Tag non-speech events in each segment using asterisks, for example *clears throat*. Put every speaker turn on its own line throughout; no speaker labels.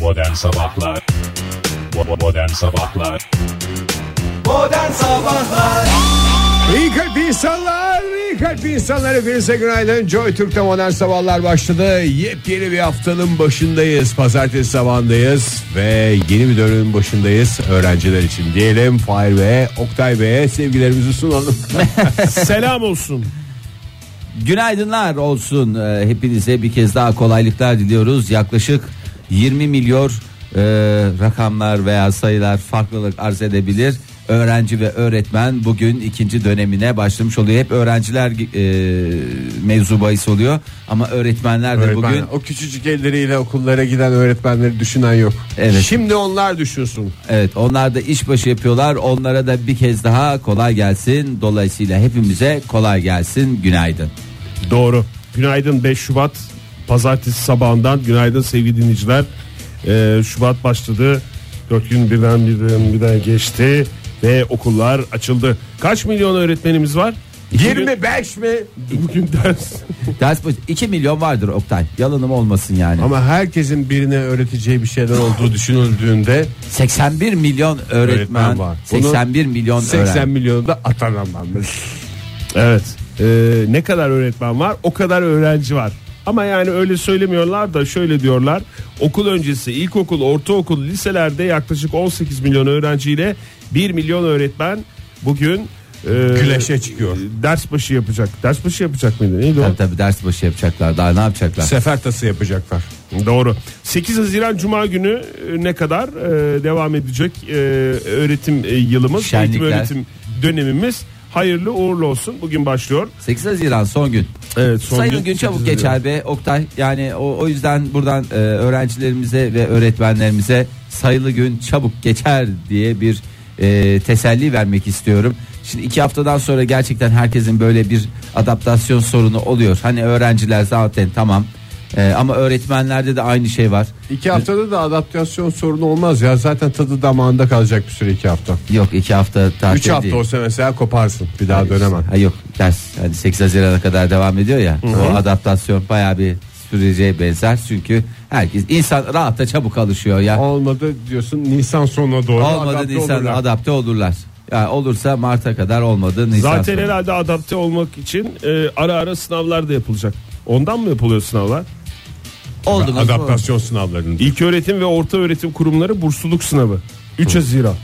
Modern Sabahlar Bo- Modern Sabahlar
Modern Sabahlar
İyi kalp insanlar, iyi kalp insanlar hepinize günaydın. Joy Türk'te modern sabahlar başladı. Yepyeni bir haftanın başındayız. Pazartesi sabahındayız ve yeni bir dönemin başındayız. Öğrenciler için diyelim Fahir ve Oktay Bey'e sevgilerimizi sunalım.
*laughs* Selam olsun.
Günaydınlar olsun Ee, hepinize bir kez daha kolaylıklar diliyoruz. Yaklaşık 20 milyon e, rakamlar veya sayılar farklılık arz edebilir. Öğrenci ve öğretmen bugün ikinci dönemine başlamış oluyor. Hep öğrenciler e, mevzu bahis oluyor ama öğretmenler de
Öğretmen,
bugün
o küçücük elleriyle okullara giden öğretmenleri düşünen yok.
Evet.
Şimdi onlar düşünsün.
evet onlar da işbaşı yapıyorlar. Onlara da bir kez daha kolay gelsin. Dolayısıyla hepimize kolay gelsin. Günaydın.
Doğru. Günaydın 5 Şubat pazartesi sabahından günaydın sevgili dinleyiciler. Ee, Şubat başladı. 4 gün birden birden birden geçti ve okullar açıldı. Kaç milyon öğretmenimiz var?
25 mi?
Bugün ders.
Ders başı 2 milyon vardır Oktay. Yalanım olmasın yani.
Ama herkesin birine öğreteceği bir şeyler olduğu düşünüldüğünde
81 milyon öğretmen,
Öğretmen var. Bunun
81 milyon
80
öğrenci.
milyonu da atanamamış.
Evet. Ee, ne kadar öğretmen var? O kadar öğrenci var. Ama yani öyle söylemiyorlar da şöyle diyorlar. Okul öncesi, ilkokul, ortaokul, liselerde yaklaşık 18 milyon öğrenciyle 1 milyon öğretmen bugün e,
Güleşe çıkıyor.
Ders başı yapacak. Ders başı yapacak mıydı? Neydi o?
Tabii tabii ders başı yapacaklar daha ne yapacaklar?
Sefer tası yapacaklar.
Doğru. 8 Haziran Cuma günü e, ne kadar e, devam edecek e, öğretim e, yılımız, eğitim
Şenlikler.
öğretim dönemimiz hayırlı uğurlu olsun. Bugün başlıyor.
8 Haziran son gün.
Evet, son
Sayılı gün,
gün
çabuk
8 Haziran.
geçer be Oktay. Yani o, o yüzden buradan e, öğrencilerimize ve öğretmenlerimize sayılı gün çabuk geçer diye bir e, teselli vermek istiyorum. Şimdi iki haftadan sonra gerçekten herkesin böyle bir adaptasyon sorunu oluyor. Hani öğrenciler zaten tamam E, ama öğretmenlerde de aynı şey var.
İki haftada da adaptasyon sorunu olmaz ya zaten tadı damağında kalacak bir süre iki hafta.
Yok iki hafta tatil
Üç hafta
değil.
olsa mesela koparsın bir daha
Hayır,
dönemem.
Ha yok ders hani 8 Haziran'a kadar devam ediyor ya. O adaptasyon bayağı bir sürece benzer çünkü herkes insan rahatla çabuk alışıyor ya.
Olmadı diyorsun Nisan sonuna doğru
Olmadı
adapte
insan
olurlar.
adapte olurlar. Ya olursa Mart'a kadar olmadı Nisan
Zaten
sonu.
herhalde adapte olmak için e, ara ara sınavlar da yapılacak. Ondan mı yapılıyor sınavlar?
oldu mu?
Adaptasyon sınavlarının.
İlk öğretim ve orta öğretim kurumları bursluluk sınavı. 3 Haziran.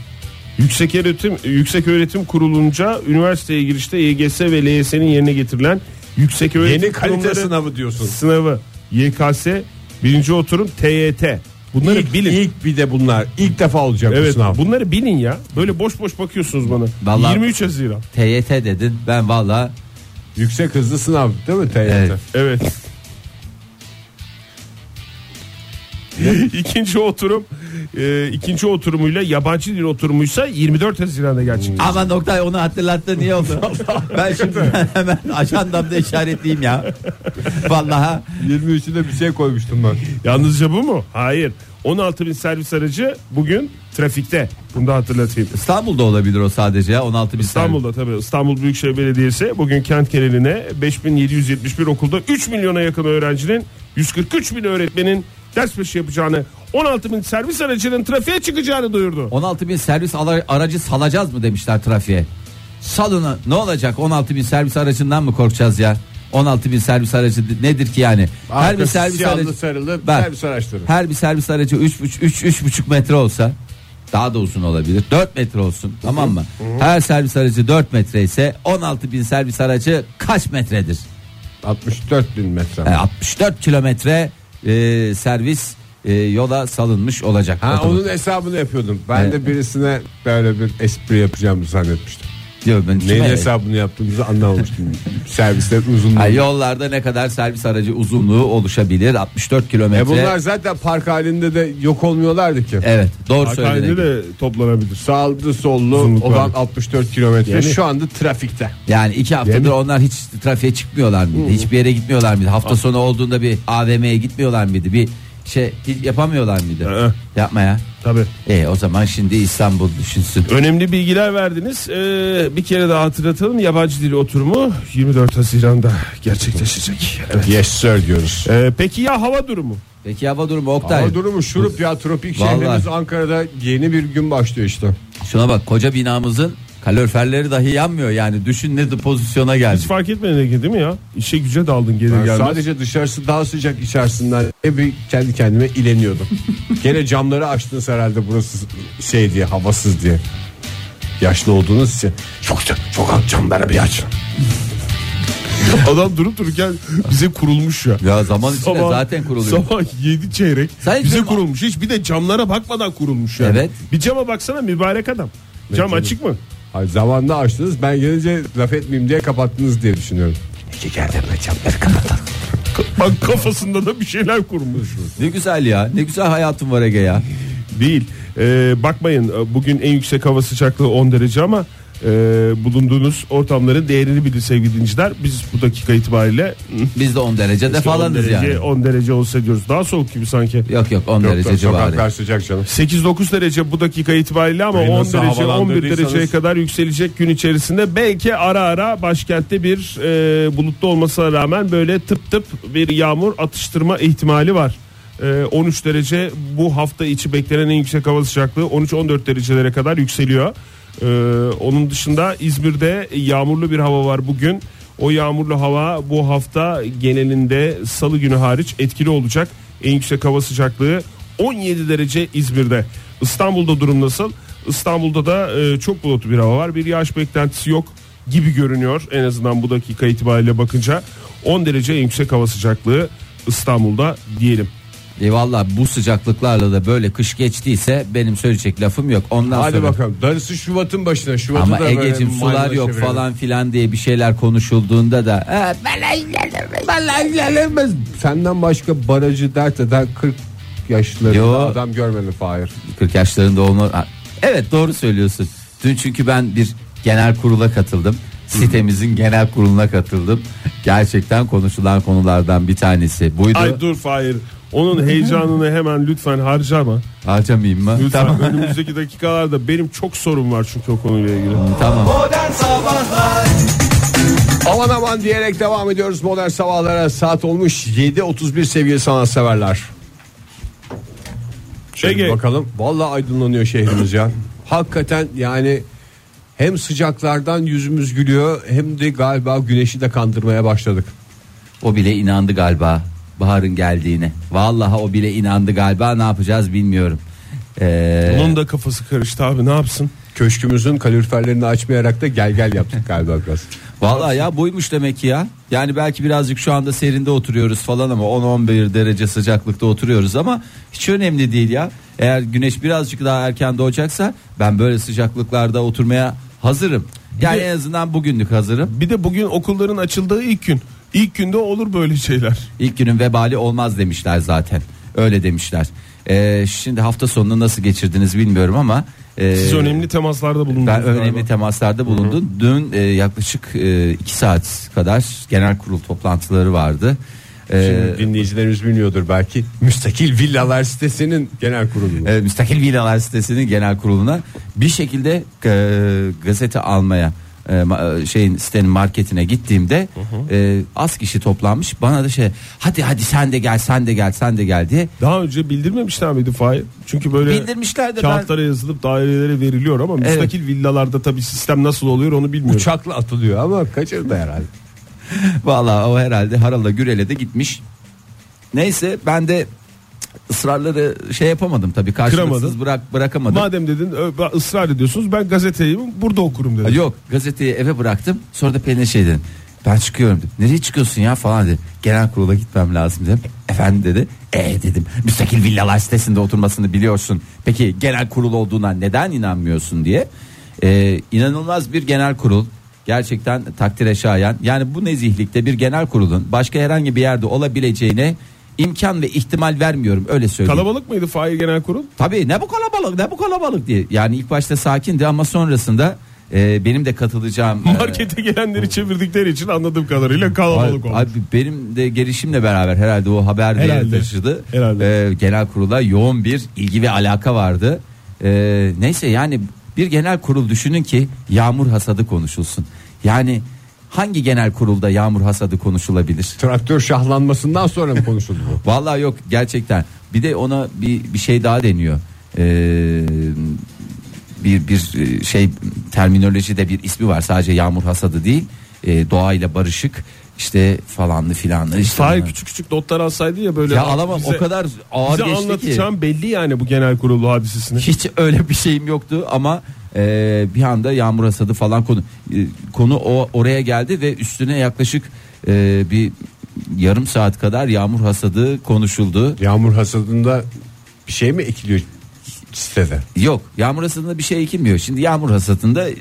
Yüksek öğretim yüksek öğretim kurulunca üniversiteye girişte YGS ve LYS'nin yerine getirilen yüksek öğretim
Yeni kalite
kurumları
sınavı diyorsun.
sınavı YKS birinci oturum TYT. Bunları
İlk,
bilin.
ilk bir de bunlar ilk defa olacak bu
evet
sınav.
bunları bilin ya. Böyle boş boş bakıyorsunuz bana.
Vallahi-
23 Haziran.
TYT dedin. Ben valla
Yüksek hızlı sınav değil mi TYT?
Evet.
Evet. ikinci oturum e, ikinci oturumuyla yabancı dil oturumuysa 24 Haziran'da gerçekleşecek.
ama Oktay onu hatırlattı niye oldu? ben şimdi hemen ajandamda işaretleyeyim ya. Vallahi
23'üne bir şey koymuştum ben.
Yalnızca bu mu? Hayır. 16 bin servis aracı bugün trafikte. Bunu da hatırlatayım.
İstanbul'da olabilir o sadece ya 16 bin
İstanbul'da tabii İstanbul Büyükşehir Belediyesi bugün kent geneline 5771 okulda 3 milyona yakın öğrencinin 143 bin öğretmenin ders başı yapacağını 16 bin servis aracının trafiğe çıkacağını duyurdu.
16 bin servis ala- aracı salacağız mı demişler trafiğe. Salını ne olacak 16 bin servis aracından mı korkacağız ya? 16 bin servis aracı d- nedir ki yani? her bir
Arkası
servis
siyahlı
aracı
sarılı
Bak,
servis araçları.
Her bir servis aracı 3 3 3 buçuk metre olsa daha da uzun olabilir. 4 metre olsun tamam mı? Her servis aracı 4 metre ise 16 bin servis aracı kaç metredir?
64 bin metre.
Yani 64 kilometre e, servis e, yola salınmış olacak.
Ha,
Otomobil-
onun hesabını yapıyordum. Ben
Evet.
de birisine böyle bir espri yapacağımı zannetmiştim.
diyor ben.
Neyin
kime-
hesabını yaptığımızı
*laughs*
anlamamıştım. Servisler
Ha,
uzunluğu. E,
yollarda ne kadar servis aracı uzunluğu oluşabilir 64 kilometre.
E bunlar zaten park halinde de yok olmuyorlardı ki.
Evet doğru
Hakkari'de
söyledin.
de toplanabilir.
Sağlı sollu
Uzunluklar.
olan 64 kilometre
Yani-
şu anda trafikte.
Yani iki haftadır onlar hiç trafiğe çıkmıyorlar mıydı? Hiçbir yere gitmiyorlar mıydı?
Ah.
Hafta sonu olduğunda bir AVM'ye gitmiyorlar mıydı? Bir şey hiç yapamıyorlar mıydı?
Hı.
Yapma ya.
Tabii.
E o zaman şimdi İstanbul düşünsün.
Önemli bilgiler verdiniz. Ee, bir kere daha hatırlatalım. Yabancı dil oturumu 24 Haziran'da gerçekleşecek. Evet.
Yes sir diyoruz.
Ee, peki ya hava durumu?
Peki hava durumu Oktay.
Hava durumu şurup ya tropik
Vallahi.
şehrimiz Ankara'da yeni bir gün başlıyor işte.
Şuna bak koca binamızın kaloriferleri dahi yanmıyor yani düşün ne de pozisyona
Hiç
geldik.
fark etmedin Ege, değil mi ya? İşe güce daldın gelir
Ben
gelmez. *laughs*
sadece dışarısı daha sıcak içerisinden hep bir kendi kendime ileniyordum.
*laughs*
Gene camları açtınız herhalde burası şey diye havasız diye. Yaşlı olduğunuz için çok çok, çok az camları bir açın.
Adam durup dururken bize kurulmuş ya.
Ya zaman içinde zaten kuruluyor.
Sabah 7 çeyrek
Sen hiç
bize
benim-
kurulmuş. Hiç bir de camlara bakmadan kurulmuş yani.
Evet.
Bir cama baksana mübarek adam. Cam açık mı?
Ay, zamanında açtınız ben gelince laf etmeyeyim diye kapattınız diye düşünüyorum.
Bak kafasında da bir şeyler kurmuş.
Ne güzel ya ne güzel hayatım var Ege ya.
Değil. Ee, bakmayın bugün en yüksek hava sıcaklığı 10 derece ama e, bulunduğunuz ortamların değerini bilin sevgili dinleyiciler. Biz bu dakika itibariyle
Biz de 10 derecede falanız
10 derece,
yani.
10 derece olsa diyoruz. Daha soğuk gibi sanki.
Yok yok 10 derece civarı.
Sokaklar sıcak canım.
8-9 derece bu dakika itibariyle ama
Burayı
10
nasıl
derece 11
havalandırdıysanız-
dereceye kadar yükselecek gün içerisinde belki ara ara başkentte bir e, bulutlu olmasına rağmen böyle tıp tıp bir yağmur atıştırma ihtimali var. E, 13 derece bu hafta içi beklenen en yüksek hava sıcaklığı 13-14 derecelere kadar yükseliyor. E, onun dışında İzmir'de yağmurlu bir hava var bugün. O yağmurlu hava bu hafta genelinde salı günü hariç etkili olacak. En yüksek hava sıcaklığı 17 derece İzmir'de. İstanbul'da durum nasıl? İstanbul'da da e, çok bulutlu bir hava var. Bir yağış beklentisi yok gibi görünüyor. En azından bu dakika itibariyle bakınca 10 derece en yüksek hava sıcaklığı İstanbul'da diyelim.
E valla bu sıcaklıklarla da böyle kış geçtiyse benim söyleyecek lafım yok. Ondan
Hadi
sonra
bakalım darısı Şubat'ın başına. Şubat'ı
ama
da böyle
Ege'cim sular
maymuna
yok
çevirelim.
falan filan diye bir şeyler konuşulduğunda da "Ee, "Ha, vallahi gelemez, vallahi gelemez."
Senden başka barajı dert eden 40 yaşlı
Yo.
adam görmedim Fahir.
40 yaşlarında olma. Ha, Evet doğru söylüyorsun. Dün çünkü ben bir genel kurula katıldım. Sitemizin genel kuruluna katıldım. Gerçekten konuşulan konulardan bir tanesi buydu.
Ay dur Fahir. Onun heyecanını hemen lütfen harcama.
Harcamayayım mı?
Lütfen
Tamam.
önümüzdeki dakikalarda benim çok sorum var çünkü o konuyla ilgili.
tamam.
Modern Sabahlar
Aman aman diyerek devam ediyoruz modern sabahlara. Saat olmuş 7.31 sevgili sanatseverler. Şöyle
Ege.
bir bakalım. Vallahi aydınlanıyor şehrimiz ya. Hakikaten yani hem sıcaklardan yüzümüz gülüyor hem de galiba güneşi de kandırmaya başladık.
O bile inandı galiba baharın geldiğine. Vallahi o bile inandı galiba. Ne yapacağız bilmiyorum. Ee,
Onun da kafası karıştı abi ne yapsın?
Köşkümüzün kaloriferlerini açmayarak da gel gel yaptık galiba biraz.
Vallahi ya buymuş demek ki ya. Yani belki birazcık şu anda serinde oturuyoruz falan ama 10-11 derece sıcaklıkta oturuyoruz ama hiç önemli değil ya. Eğer güneş birazcık daha erken doğacaksa ben böyle sıcaklıklarda oturmaya hazırım. Yani
de-
en azından bugünlük hazırım.
Bir de bugün okulların açıldığı ilk gün. İlk günde olur böyle şeyler.
İlk günün vebali olmaz demişler zaten. Öyle demişler. Ee, şimdi hafta sonunu nasıl geçirdiniz bilmiyorum ama e,
Siz önemli temaslarda bulundunuz.
Ben önemli
galiba.
temaslarda bulundum. Dün e, yaklaşık 2 saat kadar genel kurul toplantıları vardı. E,
Şimdi dinleyicilerimiz bilmiyordur belki. Müstakil villalar sitesinin genel kurulu.
e, müstakil villalar sitesinin genel kuruluna bir şekilde e, gazete almaya e, ma- e, şeyin sitenin marketine gittiğimde e, az kişi toplanmış bana da şey hadi hadi sen de gel sen de gel sen de gel diye
Daha önce bildirmemişler miydi Fahir? Çünkü böyle
bildirmişler de ben
kağıtlara yazılıp dairelere veriliyor ama
Evet.
müstakil villalarda tabii sistem nasıl oluyor onu bilmiyorum.
Uçakla atılıyor ama kaçırdı herhalde.
Valla o herhalde Haral'la Gürel'e de gitmiş. Neyse ben de ısrarları şey yapamadım tabii karşılıksız
Kıramadın.
bırak bırakamadım.
*laughs* Madem dedin ö- ben ısrar ediyorsunuz ben gazeteyi burada okurum dedim.
Yok gazeteyi eve bıraktım sonra da Pelin'e şey dedim. Ben çıkıyorum dedim. Nereye çıkıyorsun ya falan dedi. Genel kurula gitmem lazım dedim. Efendim dedi. E dedim. Müstakil villalar sitesinde oturmasını biliyorsun. Peki genel kurul olduğuna neden inanmıyorsun diye. Ee, inanılmaz bir genel kurul. Gerçekten takdire şayan. Yani bu nezihlikte bir genel kurulun başka herhangi bir yerde olabileceğine imkan ve ihtimal vermiyorum öyle söyleyeyim.
Kalabalık mıydı Fahir Genel Kurul?
Tabii ne bu kalabalık ne bu kalabalık diye. Yani ilk başta sakindi ama sonrasında e, benim de katılacağım. e,
Markete gelenleri çevirdikleri için anladığım kadarıyla kalabalık
Abi,
olmuş.
abi benim de gelişimle beraber herhalde o haber de
Herhalde.
taşıdı.
Herhalde.
Ee, genel kurula yoğun bir ilgi ve alaka vardı. Ee, neyse yani bir genel kurul düşünün ki yağmur hasadı konuşulsun. Yani hangi genel kurulda yağmur hasadı konuşulabilir?
Traktör şahlanmasından sonra mı konuşuldu bu?
Vallahi yok gerçekten. Bir de ona bir bir şey daha deniyor. Ee, bir bir şey terminolojide bir ismi var. Sadece yağmur hasadı değil. Ee, doğayla barışık işte falanlı filanlı işte.
Sahil küçük küçük notlar alsaydı ya böyle.
Ya alamam
bize-
o kadar ağır
bize
geçti ki.
anlatacağım belli yani bu genel kurulu hadisesini.
Hiç öyle bir şeyim yoktu ama e, bir anda yağmur hasadı falan konu e, konu o oraya geldi ve üstüne yaklaşık e, bir yarım saat kadar yağmur hasadı konuşuldu.
Yağmur hasadında bir şey mi ekiliyor sitede?
Yok yağmur hasadında bir şey ekilmiyor. Şimdi yağmur hasadında e,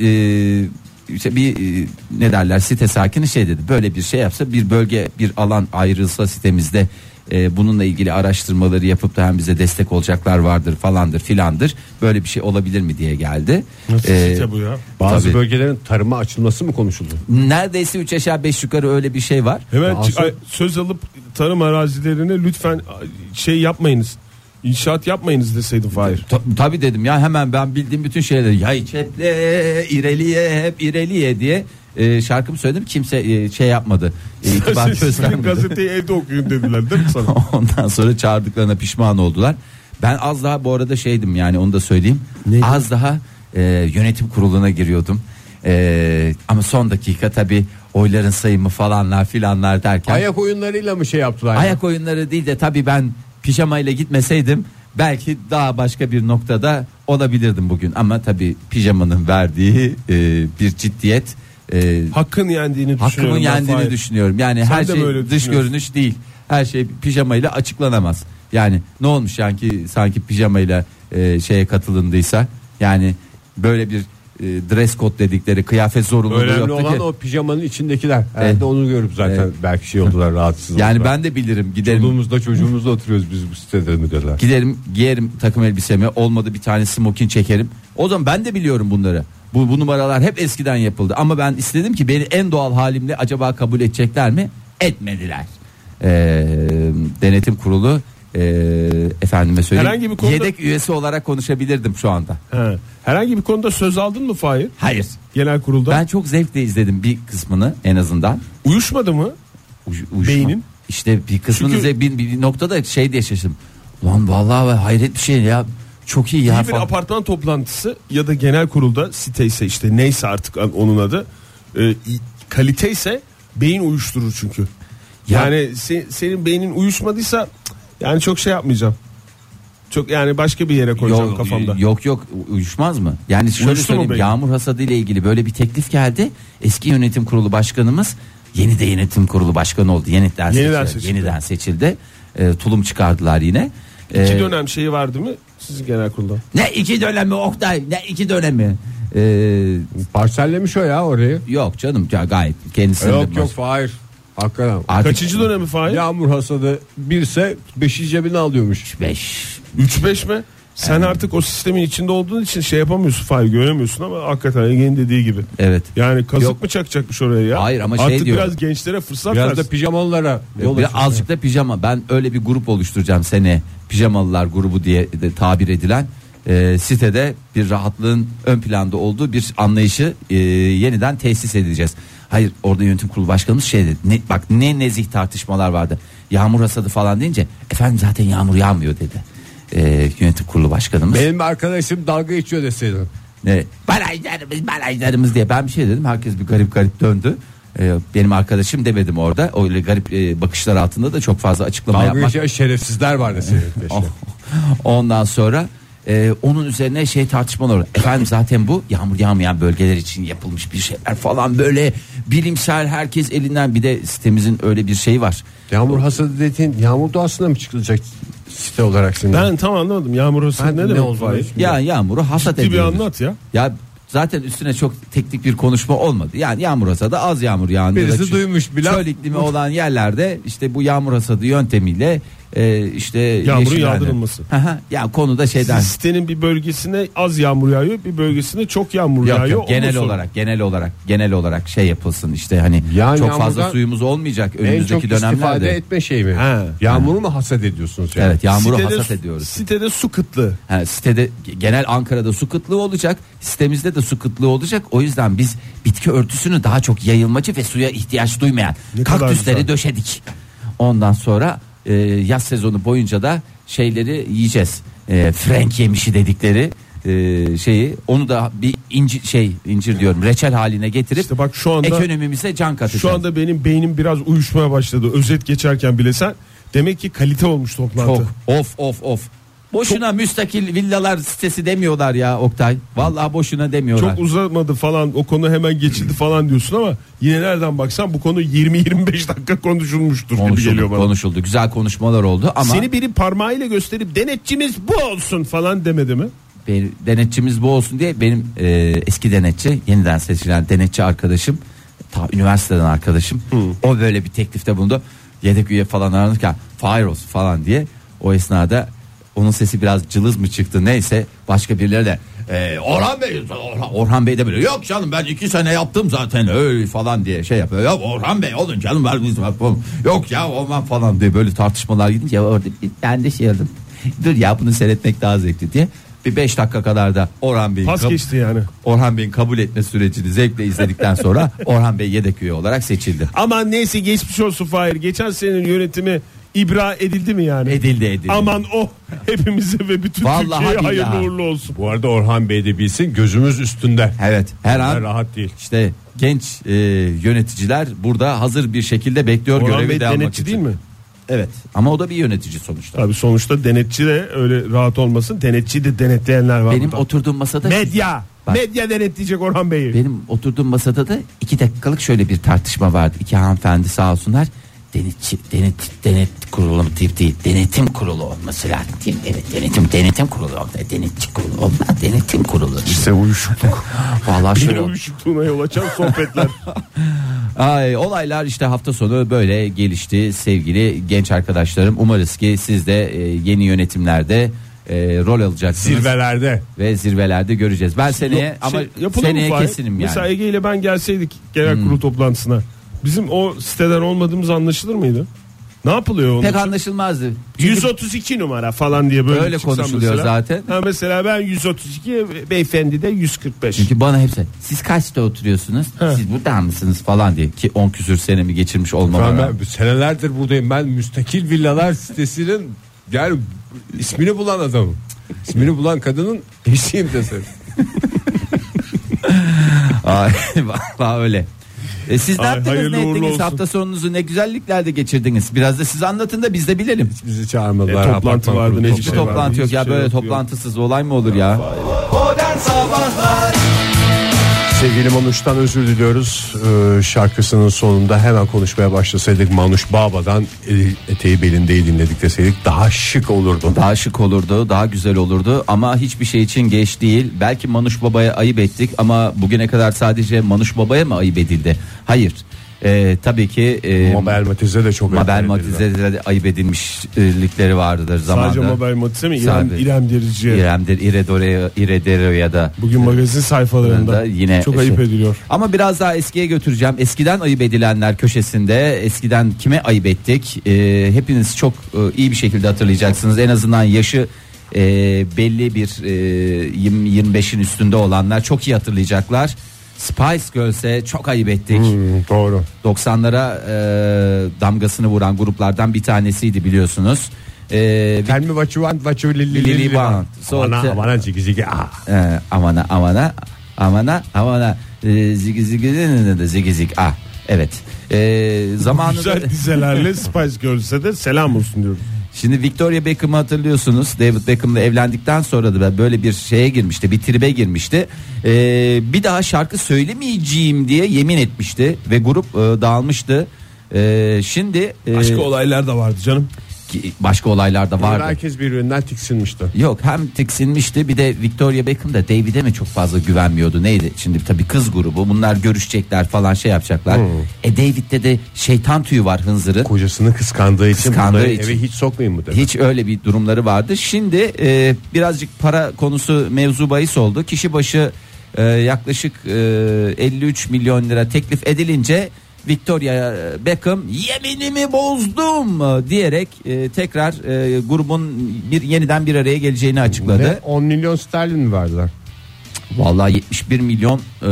işte bir e, ne derler site sakini şey dedi. Böyle bir şey yapsa bir bölge bir alan ayrılsa sitemizde e, bununla ilgili araştırmaları yapıp da hem bize destek olacaklar vardır falandır filandır. Böyle bir şey olabilir mi diye geldi.
Nasıl
E,
site bu ya?
Bazı
Tabii.
bölgelerin tarıma açılması mı konuşuldu?
Neredeyse 3 aşağı 5 yukarı öyle bir şey var.
Hemen
Daha
çı-
sonra-
ay, söz alıp tarım arazilerine lütfen ay, şey yapmayınız. İnşaat yapmayınız deseydim Fahir.
Ta- tabii dedim ya hemen ben bildiğim bütün şeyleri yay çeple ireliye hep ireliye diye e, şarkımı söyledim kimse e, şey yapmadı. E, itibar
*laughs* Siz
göstermedi.
benim gazeteyi evde okuyun dediler değil mi sana?
*laughs* Ondan sonra çağırdıklarına pişman oldular. Ben az daha bu arada şeydim yani onu da söyleyeyim. Az daha e, yönetim kuruluna giriyordum. E, ama son dakika tabii oyların sayımı falanlar filanlar derken.
Ayak oyunlarıyla mı şey yaptılar?
Ayak oyunları değil de tabii ben pijamayla gitmeseydim belki daha başka bir noktada olabilirdim bugün. Ama tabii pijamanın verdiği e, bir ciddiyet e,
*laughs* Hakkın yendiğini düşünüyorum.
hakkımın
ben
yendiğini
Fahir.
düşünüyorum. Yani
Sen
her
de
şey
böyle
dış
düşünüyorsun.
görünüş değil. Her şey pijamayla açıklanamaz. Yani ne olmuş yani ki sanki pijamayla e, şeye katılındıysa yani böyle bir e, dress code dedikleri kıyafet zorunluluğu
Önemli
yoktu
olan
ki.
o pijamanın içindekiler. Herhalde
Evet.
onu görüp zaten
Evet.
belki şey oldular rahatsız
Yani
oldular.
ben de bilirim giderim.
Çoluğumuzda çocuğumuzda oturuyoruz biz bu sitede mi dediler.
Giderim giyerim takım elbisemi olmadı bir tane smokin çekerim. O zaman ben de biliyorum bunları. Bu, bu numaralar hep eskiden yapıldı. Ama ben istedim ki beni en doğal halimle acaba kabul edecekler mi? Etmediler. Ee, denetim kurulu e, efendime söyleyeyim.
Herhangi bir konuda-
Yedek üyesi olarak konuşabilirdim şu anda.
He. Herhangi bir konuda söz aldın mı Fahir?
Hayır.
Genel kurulda.
Ben çok zevkle izledim bir kısmını en azından.
Uyuşmadı mı?
Uy- uyuşma.
Beynin?
İşte bir kısmını
Çünkü-
zevk- bir, bir noktada şey diye şaşırdım. Lan vallahi hayret bir şey ya. Çok iyi ya.
İyi bir
falan.
apartman toplantısı ya da genel kurulda site ise işte neyse artık onun adı e, kalite ise beyin uyuşturur çünkü.
Ya-
Yani se- senin beynin uyuşmadıysa cık, yani çok şey yapmayacağım. Çok yani başka bir yere koyacağım kafamda.
Yok yok u- uyuşmaz mı? Yani şöyle
Uyuştu mu
söyleyeyim
beyim?
yağmur hasadı ile ilgili böyle bir teklif geldi. Eski yönetim kurulu başkanımız yeni de yönetim kurulu başkanı oldu. Yeniden,
Yeniden
seçildi.
seçildi.
Yeniden seçildi. Ee, tulum çıkardılar yine. Ee,
İki dönem şeyi vardı mı sizin genel kurulda?
ne iki dönemi Oktay ne iki dönemi. Ee,
Parsellemiş o ya orayı.
yok canım ya gayet kendisi.
Yok yok hayır. Hakikaten.
Artık
Kaçıncı dönemi Fahir?
Yağmur hasadı birse beşi cebine alıyormuş.
5
3-5 mi? Sen
Ee.
artık o sistemin içinde olduğun için şey yapamıyorsun Fahir göremiyorsun ama hakikaten Ege'nin dediği gibi.
evet.
Yani kazık
Yok.
mı çakacakmış oraya ya?
Hayır ama şey
Artık
diyor.
biraz gençlere fırsat
Biraz
versin.
da pijamalılara yol
E, Bir
açın.
azıcık da pijama. Ben öyle bir grup oluşturacağım seni. Pijamalılar grubu diye de tabir edilen e, sitede bir rahatlığın ön planda olduğu bir anlayışı e, yeniden tesis edeceğiz. Hayır orada yönetim kurulu başkanımız şey dedi. Ne, bak ne nezih tartışmalar vardı. Yağmur hasadı falan deyince efendim zaten yağmur yağmıyor dedi. E, yönetim kurulu başkanımız.
Benim arkadaşım dalga geçiyor deseydin.
Ne? Barajlarımız barajlarımız diye ben bir şey dedim herkes bir garip garip döndü. Ee, benim arkadaşım demedim orada. Öyle garip e, bakışlar altında da çok fazla açıklama
Dalga
yapmak.
geçen şerefsizler
*laughs*
var deseydin. peşine.
Ondan sonra e, onun üzerine şey tartışmalar oldu. Efendim zaten bu yağmur yağmayan bölgeler için yapılmış bir şeyler falan böyle bilimsel herkes elinden bir de sitemizin öyle bir şeyi var.
Yağmur hasadı dediğin yağmur doğasına mı çıkılacak site olarak şimdi?
Ben tam anlamadım. Yağmur
Ben
olsun
ne
ne demek?
olduğunu
Fahir?
düşünüyorum.
Ya yağmuru hasat
Ciddi bir
ediyoruz.
anlat ya.
Ya zaten üstüne çok teknik bir konuşma olmadı. Yani yağmur hasadı az yağmur yağan.
Birisi duymuş bile.
Çöl iklimi olan yerlerde işte bu yağmur hasadı yöntemiyle e, işte
Yağmurun
yeşil hale.
yağdırılması.
Hı hı. ya konuda
*laughs*
şeyden.
Sitenin bir bölgesine az yağmur yağıyor, bir bölgesine çok yağmur
Yok,
yağıyor.
yok, genel
Ondan sonra-
olarak genel olarak genel olarak şey yapılsın işte hani
Yani
çok fazla
yağmurdan
suyumuz olmayacak
En çok
önümüzdeki
istifade
dönemlerde.
etme şeyi mi?
Ha.
Yağmuru mu hasat ediyorsunuz yani?
evet yağmuru
Sitede
hasat
su-
ediyoruz.
Sitede su kıtlığı.
Ha, sitede genel Ankara'da su kıtlığı olacak. Sitemizde de su kıtlığı olacak. O yüzden biz bitki örtüsünü daha çok yayılmacı ve suya ihtiyaç duymayan
Ne kadar
kaktüsleri
güzel.
döşedik. Ondan sonra e, yaz sezonu boyunca da şeyleri yiyeceğiz. E, Frank yemişi dedikleri e, şeyi onu da bir incir şey incir diyorum reçel haline getirip
İşte bak şu anda-
ekonomimize can katacağız.
Şu anda benim beynim biraz uyuşmaya başladı. Özet geçerken bile sen. Demek ki kalite olmuş toplantı.
Çok. Of of of. Boşuna müstakil villalar sitesi demiyorlar ya Oktay. Vallahi boşuna demiyorlar.
Çok uzamadı falan o konu hemen geçildi falan diyorsun ama yine nereden baksan bu konu 20-25 dakika konuşulmuştur gibi
konuşuldu,
geliyor bana.
konuşuldu. Güzel konuşmalar oldu ama
Seni biri parmağıyla gösterip denetçimiz bu olsun falan demedi mi?
benim denetçimiz bu olsun diye benim e, eski denetçi, yeniden seçilen denetçi arkadaşım, ta üniversiteden arkadaşım. O böyle bir teklifte bulundu. Yedek üye falan aranırken fire olsun falan diye o esnada onun sesi biraz cılız mı çıktı neyse başka birileri de e, Orhan Bey Orhan, Orhan Bey de böyle yok canım ben iki sene yaptım zaten öyle falan diye şey yapıyor. Yok Orhan Bey olun canım ben biz yok ya olmam falan diye böyle tartışmalar gidince ya orada bir- ben de şey yaptım. Dur ya bunu seyretmek daha zevkli diye. Bir 5 dakika kadar da Orhan Bey'in
Pas
kab-
geçti yani.
Orhan Bey'in kabul etme sürecini zevkle izledikten
*laughs*
sonra Orhan Bey yedek üye olarak seçildi.
Aman neyse geçmiş olsun Fahir. Geçen senenin yönetimi ibra edildi mi yani?
Edildi edildi.
Aman oh hepimize ve bütün
Vallahi
Türkiye'ye hayırlı
billahi.
uğurlu olsun.
Bu arada Orhan Bey de bilsin gözümüz üstünde.
Evet her an
rahat değil.
işte genç e, yöneticiler burada hazır bir şekilde bekliyor
Orhan
görevi
Bey
de almak
denetçi
için.
değil mi?
Evet ama o da bir yönetici sonuçta.
Tabii sonuçta denetçi de öyle rahat olmasın. Denetçi de denetleyenler var.
Benim
burada.
oturduğum masada
medya.
Bak.
Medya denetleyecek Orhan Bey'i.
Benim oturduğum masada da iki dakikalık şöyle bir tartışma vardı. İki hanımefendi sağ olsunlar. Denetçi, denet, denet kurulu mu değil, değil, denetim kurulu olması lazım. Değil mi? Evet, denetim, denetim kurulu olmaz. Denetçi kurulu olmaz, denetim kurulu.
İşte uyuşukluk.
Vallahi
Yine
şöyle.
uyuşukluğuna yol açan
*laughs*
sohbetler.
Ay, olaylar işte hafta sonu böyle gelişti sevgili genç arkadaşlarım. Umarız ki siz de e, yeni yönetimlerde e, rol alacaksınız.
Zirvelerde.
Ve zirvelerde göreceğiz. Ben seneye ama
Şey, yapılır mı
seneye
Fahir?
kesinim yani. Hmm.
Mesela Ege ile ben gelseydik genel kurul toplantısına. Bizim o siteden olmadığımız anlaşılır mıydı? Ne yapılıyor onun
Pek
için?
anlaşılmazdı. Çünkü
132 numara falan diye böyle
Öyle
çıksam
konuşuluyor
mesela.
zaten.
Ha mesela ben 132 beyefendi de 145.
Çünkü bana hepsi siz kaçta oturuyorsunuz? Siz buradan mısınız falan diye ki 10 küsür senemi geçirmiş olmama
Ben,
rağmen.
ben senelerdir buradayım. Ben müstakil villalar sitesinin yani ismini bulan adamım. İsmini bulan kadının eşiyim desem.
Ay, *laughs* vallahi öyle. E siz ne
Ay,
yaptınız
hayırlı
ne
uğurlu
ettiniz
olsun.
hafta sonunuzu ne güzelliklerde geçirdiniz? Biraz da siz anlatın da biz de bilelim.
Bizi çağırmadılar.
E, toplantı
Apartman
vardı,
kurulu
ne
Hiç
şey
toplantısı.
toplantı
hiç
yok ya
şey
böyle
yok.
toplantısız olay mı olur ya?
Modern Sabahlar
Sevgili Manuş'tan özür diliyoruz. Ee, şarkısının sonunda hemen konuşmaya başlasaydık Manuş Baba'dan eli- eteği belindeyi dinledik deseydik daha şık olurdu.
Daha şık olurdu, daha güzel olurdu ama hiçbir şey için geç değil. Belki Manuş Baba'ya ayıp ettik ama bugüne kadar sadece Manuş Baba'ya mı ayıp edildi? Hayır. E, tabii ki e,
Mabel Matiz'e de çok
Mabel
önemli dediler.
Matiz'e de ayıp edilmişlikleri vardır zamanında.
Sadece Mabel Matiz'e mi? İrem,
Sadece.
İrem Derici.
İrem'dir, İredore'ye, İredero'ya da
Bugün magazin sayfalarında
da yine
çok
şey-
ayıp ediliyor.
Ama biraz daha eskiye götüreceğim. Eskiden ayıp edilenler köşesinde eskiden kime ayıp ettik? Ee, hepiniz çok e, iyi bir şekilde hatırlayacaksınız. En azından yaşı e, belli bir e, 20 25'in üstünde olanlar çok iyi hatırlayacaklar. Spice Girls'e çok ayıp ettik.
Hmm, doğru.
90'lara e, damgasını vuran gruplardan bir tanesiydi biliyorsunuz. E,
Tell me what you want, what you li- li-
Lili
li-
want. So
Amana,
te-
amana, cigi cigi, ah.
e, amana amana amana amana e, zigi zigi zigi zigi zigi ah evet e, zamanında
Güzel dizelerle Spice Girls'e de selam olsun diyorum.
şimdi Victoria Beckham'ı hatırlıyorsunuz David Beckham'la evlendikten sonra da böyle bir şeye girmişti bir tribe girmişti E, bir daha şarkı söylemeyeceğim diye yemin etmişti ve grup e, dağılmıştı E, şimdi e,
olaylar da vardı canım.
Ki başka olaylar da vardı.
Herkes birbirinden tiksinmişti.
Yok hem tiksinmişti bir de Victoria Beckham da David'e mi çok fazla güvenmiyordu neydi şimdi tabii kız grubu bunlar görüşecekler falan şey yapacaklar. E David'de de şeytan tüyü var hınzırı.
Kocasını kıskandığı için
Kıskandığı
bunları
için.
eve hiç sokmayın mı dedi.
Hiç öyle bir durumları vardı. Şimdi e, birazcık para konusu mevzu bahis oldu. Kişi başı e, yaklaşık e, 53 milyon lira teklif edilince Victoria Beckham yeminimi bozdum e, diyerek e, tekrar e, grubun bir yeniden bir araya geleceğini açıkladı.
Ve 10 milyon sterlin mi verdiler?
Vallahi 71 milyon e,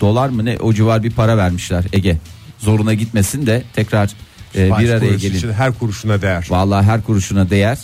dolar mı ne o civar bir para vermişler Ege. Zoruna gitmesin de tekrar e, bir araya
kuruşu
gelin.
için her kuruşuna değer.
Vallahi her kuruşuna değer.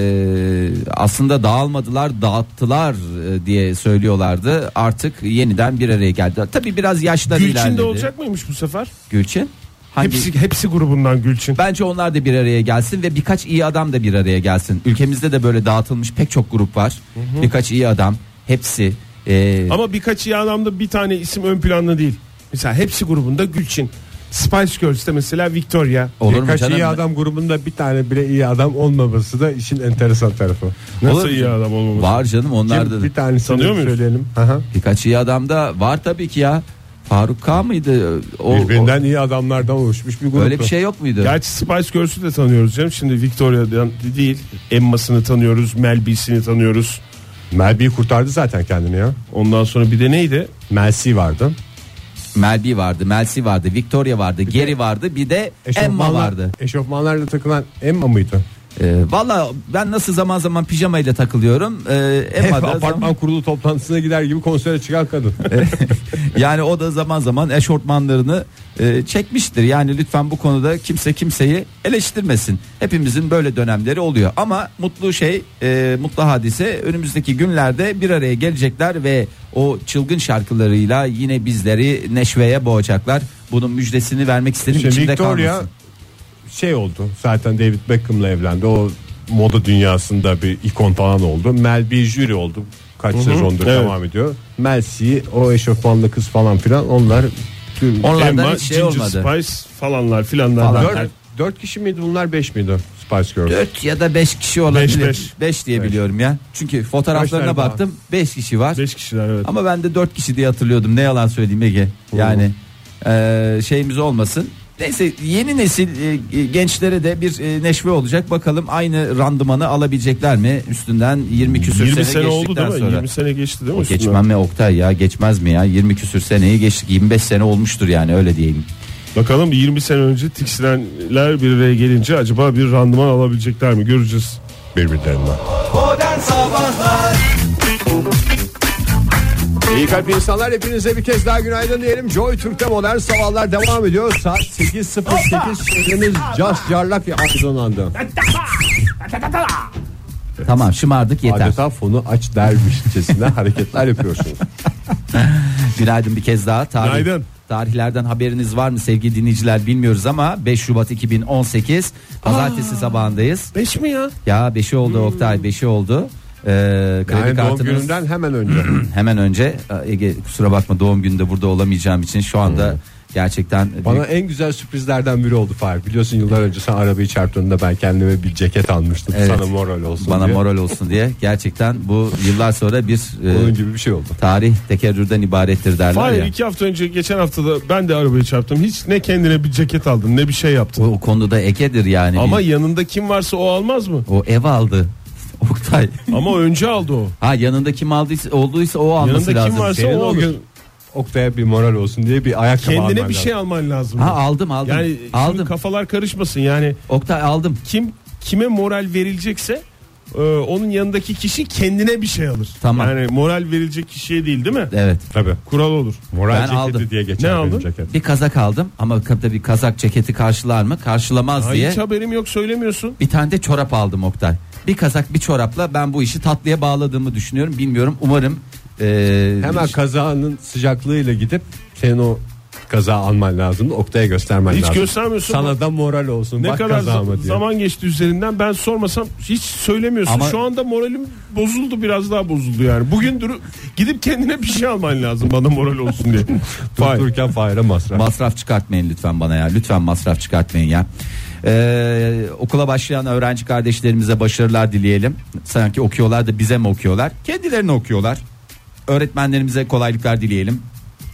E, aslında dağılmadılar dağıttılar e, diye söylüyorlardı. Artık yeniden bir araya geldiler. Tabii biraz yaşlar
Gülçin
ilerledi.
de olacak mıymış bu sefer?
Gülçin. Hangi-
Hepsi hepsi grubundan Gülçin.
Bence onlar da bir araya gelsin ve birkaç iyi adam da bir araya gelsin. Ülkemizde de böyle dağıtılmış pek çok grup var. Birkaç iyi adam hepsi. e,
Ama birkaç iyi adamda bir tane isim ön planda değil. Mesela hepsi grubunda Gülçin. Spice Girls'te mesela Victoria.
Olur mu
Birkaç
canım?
iyi adam grubunda bir tane bile iyi adam olmaması da işin enteresan tarafı.
Nasıl
Olur mu
iyi
canım?
adam olmaması?
Var canım onlarda da.
Bir tanesini
Tanıyor muyuz?
söyleyelim. Aha.
Birkaç iyi adam da var tabii ki ya. Faruk K mıydı? O,
Birbirinden iyi adamlardan oluşmuş bir
o-
grup.
öyle bir şey yok muydu?
Gerçi Spice Girls'ü de tanıyoruz canım. Şimdi Victoria'dan değil. Emma'sını tanıyoruz. Mel B'sini tanıyoruz.
Melbi'yi kurtardı zaten kendini ya.
Ondan sonra bir de neydi?
Melsi vardı.
Melbi vardı, Melsi vardı, Victoria vardı, Geri vardı, bir de Emma vardı.
Eşofmanlarla takılan Emma mıydı?
Ee, Valla ben nasıl zaman zaman pijamayla takılıyorum. Ee,
Hep
Emma da
apartman
zaman-
kurulu toplantısına gider gibi konsere çıkan
*laughs*
kadın.
yani o da zaman zaman eşortmanlarını e, çekmiştir. Yani lütfen bu konuda kimse kimseyi eleştirmesin. Hepimizin böyle dönemleri oluyor. Ama mutlu şey, e, mutlu hadise önümüzdeki günlerde bir araya gelecekler ve o çılgın şarkılarıyla yine bizleri neşveye boğacaklar. Bunun müjdesini vermek istedim.
Şimdi
İçimde
Victoria
kalmasın.
şey oldu. Zaten David Beckham'la evlendi. O moda dünyasında bir ikon falan oldu. Mel B jüri oldu. Kaç sezondur
Evet.
devam ediyor. Melsi, o eşofmanlı kız falan filan onlar tüm
Onlardan
Emma,
hiç şey
Ginger
olmadı.
Spice falanlar filanlar.
Falan.
Dört-
dört, dört kişi miydi bunlar beş miydi Spice Girls?
4 ya da 5 kişi olabilir.
beş.
5 diye biliyorum ya. Çünkü
Kaç
fotoğraflarına
tane
baktım 5 kişi var.
Beş kişiler evet.
Ama ben de 4 kişi diye hatırlıyordum. Ne yalan söyleyeyim Ege. Yani eee, şeyimiz olmasın. Neyse yeni nesil e, e, gençlere de bir e, neşve olacak. Bakalım aynı randımanı alabilecekler mi? Üstünden 20 küsür
20
sene
sene oldu
geçtikten
değil mi?
sonra.
20 sene geçti değil mi? üstünden?
Geçmem mi Oktay ya geçmez mi ya 20 küsür seneyi geçtik 25 sene olmuştur yani öyle diyeyim.
Bakalım 20 sene önce tiksinenler bir araya gelince acaba bir randıman alabilecekler mi? Göreceğiz.
Birbirlerinden.
Modern Sabahlar
İyi kalp insanlar hepinize bir kez daha günaydın diyelim. Joy Türk'te modern sabahlar devam ediyor. Saat 8.08 şehrimiz cas carlak aydınlandı.
Tamam şımardık yeter.
Adeta fonu
*laughs*
aç dermişçesine hareketler yapıyorsunuz.
Günaydın bir kez daha. Tarih,
Günaydın.
Tarihlerden haberiniz var mı sevgili dinleyiciler bilmiyoruz ama 5 Şubat 2018 Pazartesi sabahındayız.
5 mi ya?
Ya 5'i oldu Oktay 5'i oldu. Ee, kredi
Yani doğum
kartınız
gününden hemen önce.
hemen önce Ege kusura bakma doğum gününde burada olamayacağım için şu
Hmm.
anda gerçekten
Bana
büyük-
en güzel sürprizlerden biri oldu Fahir. Biliyorsun yıllar önce sen arabayı çarptığında ben kendime bir ceket almıştım.
Evet.
Sana moral olsun
bana
diye.
moral olsun diye gerçekten bu yıllar sonra bir e,
Onun gibi bir şey oldu.
tarih tekerrürden ibarettir derler
Hayır
ya.
iki hafta önce geçen haftada ben de arabayı çarptım. Hiç ne kendine bir ceket aldın ne bir şey
*laughs*
yaptın.
O, o konuda Ege'dir yani.
Ama
Bir-
yanında kim varsa o almaz mı?
o ev aldı. *laughs* Oktay.
Ama önce aldı o.
Ha yanında kim aldıysa olduysa o alması
Yanında kim
lazım.
varsa
Senin
o
o
olur.
gün Oktay'a bir moral olsun diye bir ayakkabı
Kendine
alman
bir şey
lazım.
alman lazım.
Ha aldım aldım.
yani şimdi
aldım.
kafalar karışmasın yani
Oktay aldım.
kim kime moral verilecekse e, onun yanındaki kişi kendine bir şey alır.
Tamam.
Yani moral verilecek kişiye değil değil mi?
Evet.
Tabii.
Kural olur.
Moral
Ben
ceketi
aldım.
diye geçer
Ne
benim
aldın?
ceket.
Bir kazak aldım ama tabii kazak ceketi karşılar mı? Karşılamaz
Ay,
diye.
hiç haberim yok söylemiyorsun.
Bir tane de çorap aldım Oktay. Bir kazak bir çorapla ben bu işi tatlıya bağladığımı düşünüyorum. Bilmiyorum umarım. eee,
Hemen kazağının sıcaklığıyla gidip senin o kazağı alman lazım. Oktay'a göstermen
Hiç
lazım.
göstermiyorsun.
Sana da moral olsun.
Ne
Bak
kadar
kazağıma
za-
diye.
zaman geçti üzerinden ben sormasam hiç söylemiyorsun.
Ama-
Şu anda moralim bozuldu biraz daha bozuldu yani. Bugün durup gidip kendine bir şey alman lazım bana moral olsun diye.
Dur *laughs* dururken Fahir'e masraf.
Masraf çıkartmayın lütfen bana ya. Lütfen masraf çıkartmayın ya. Ee, okula başlayan öğrenci kardeşlerimize başarılar dileyelim. Sanki okuyorlar da bize mi okuyorlar? Kendilerini okuyorlar. Öğretmenlerimize kolaylıklar dileyelim.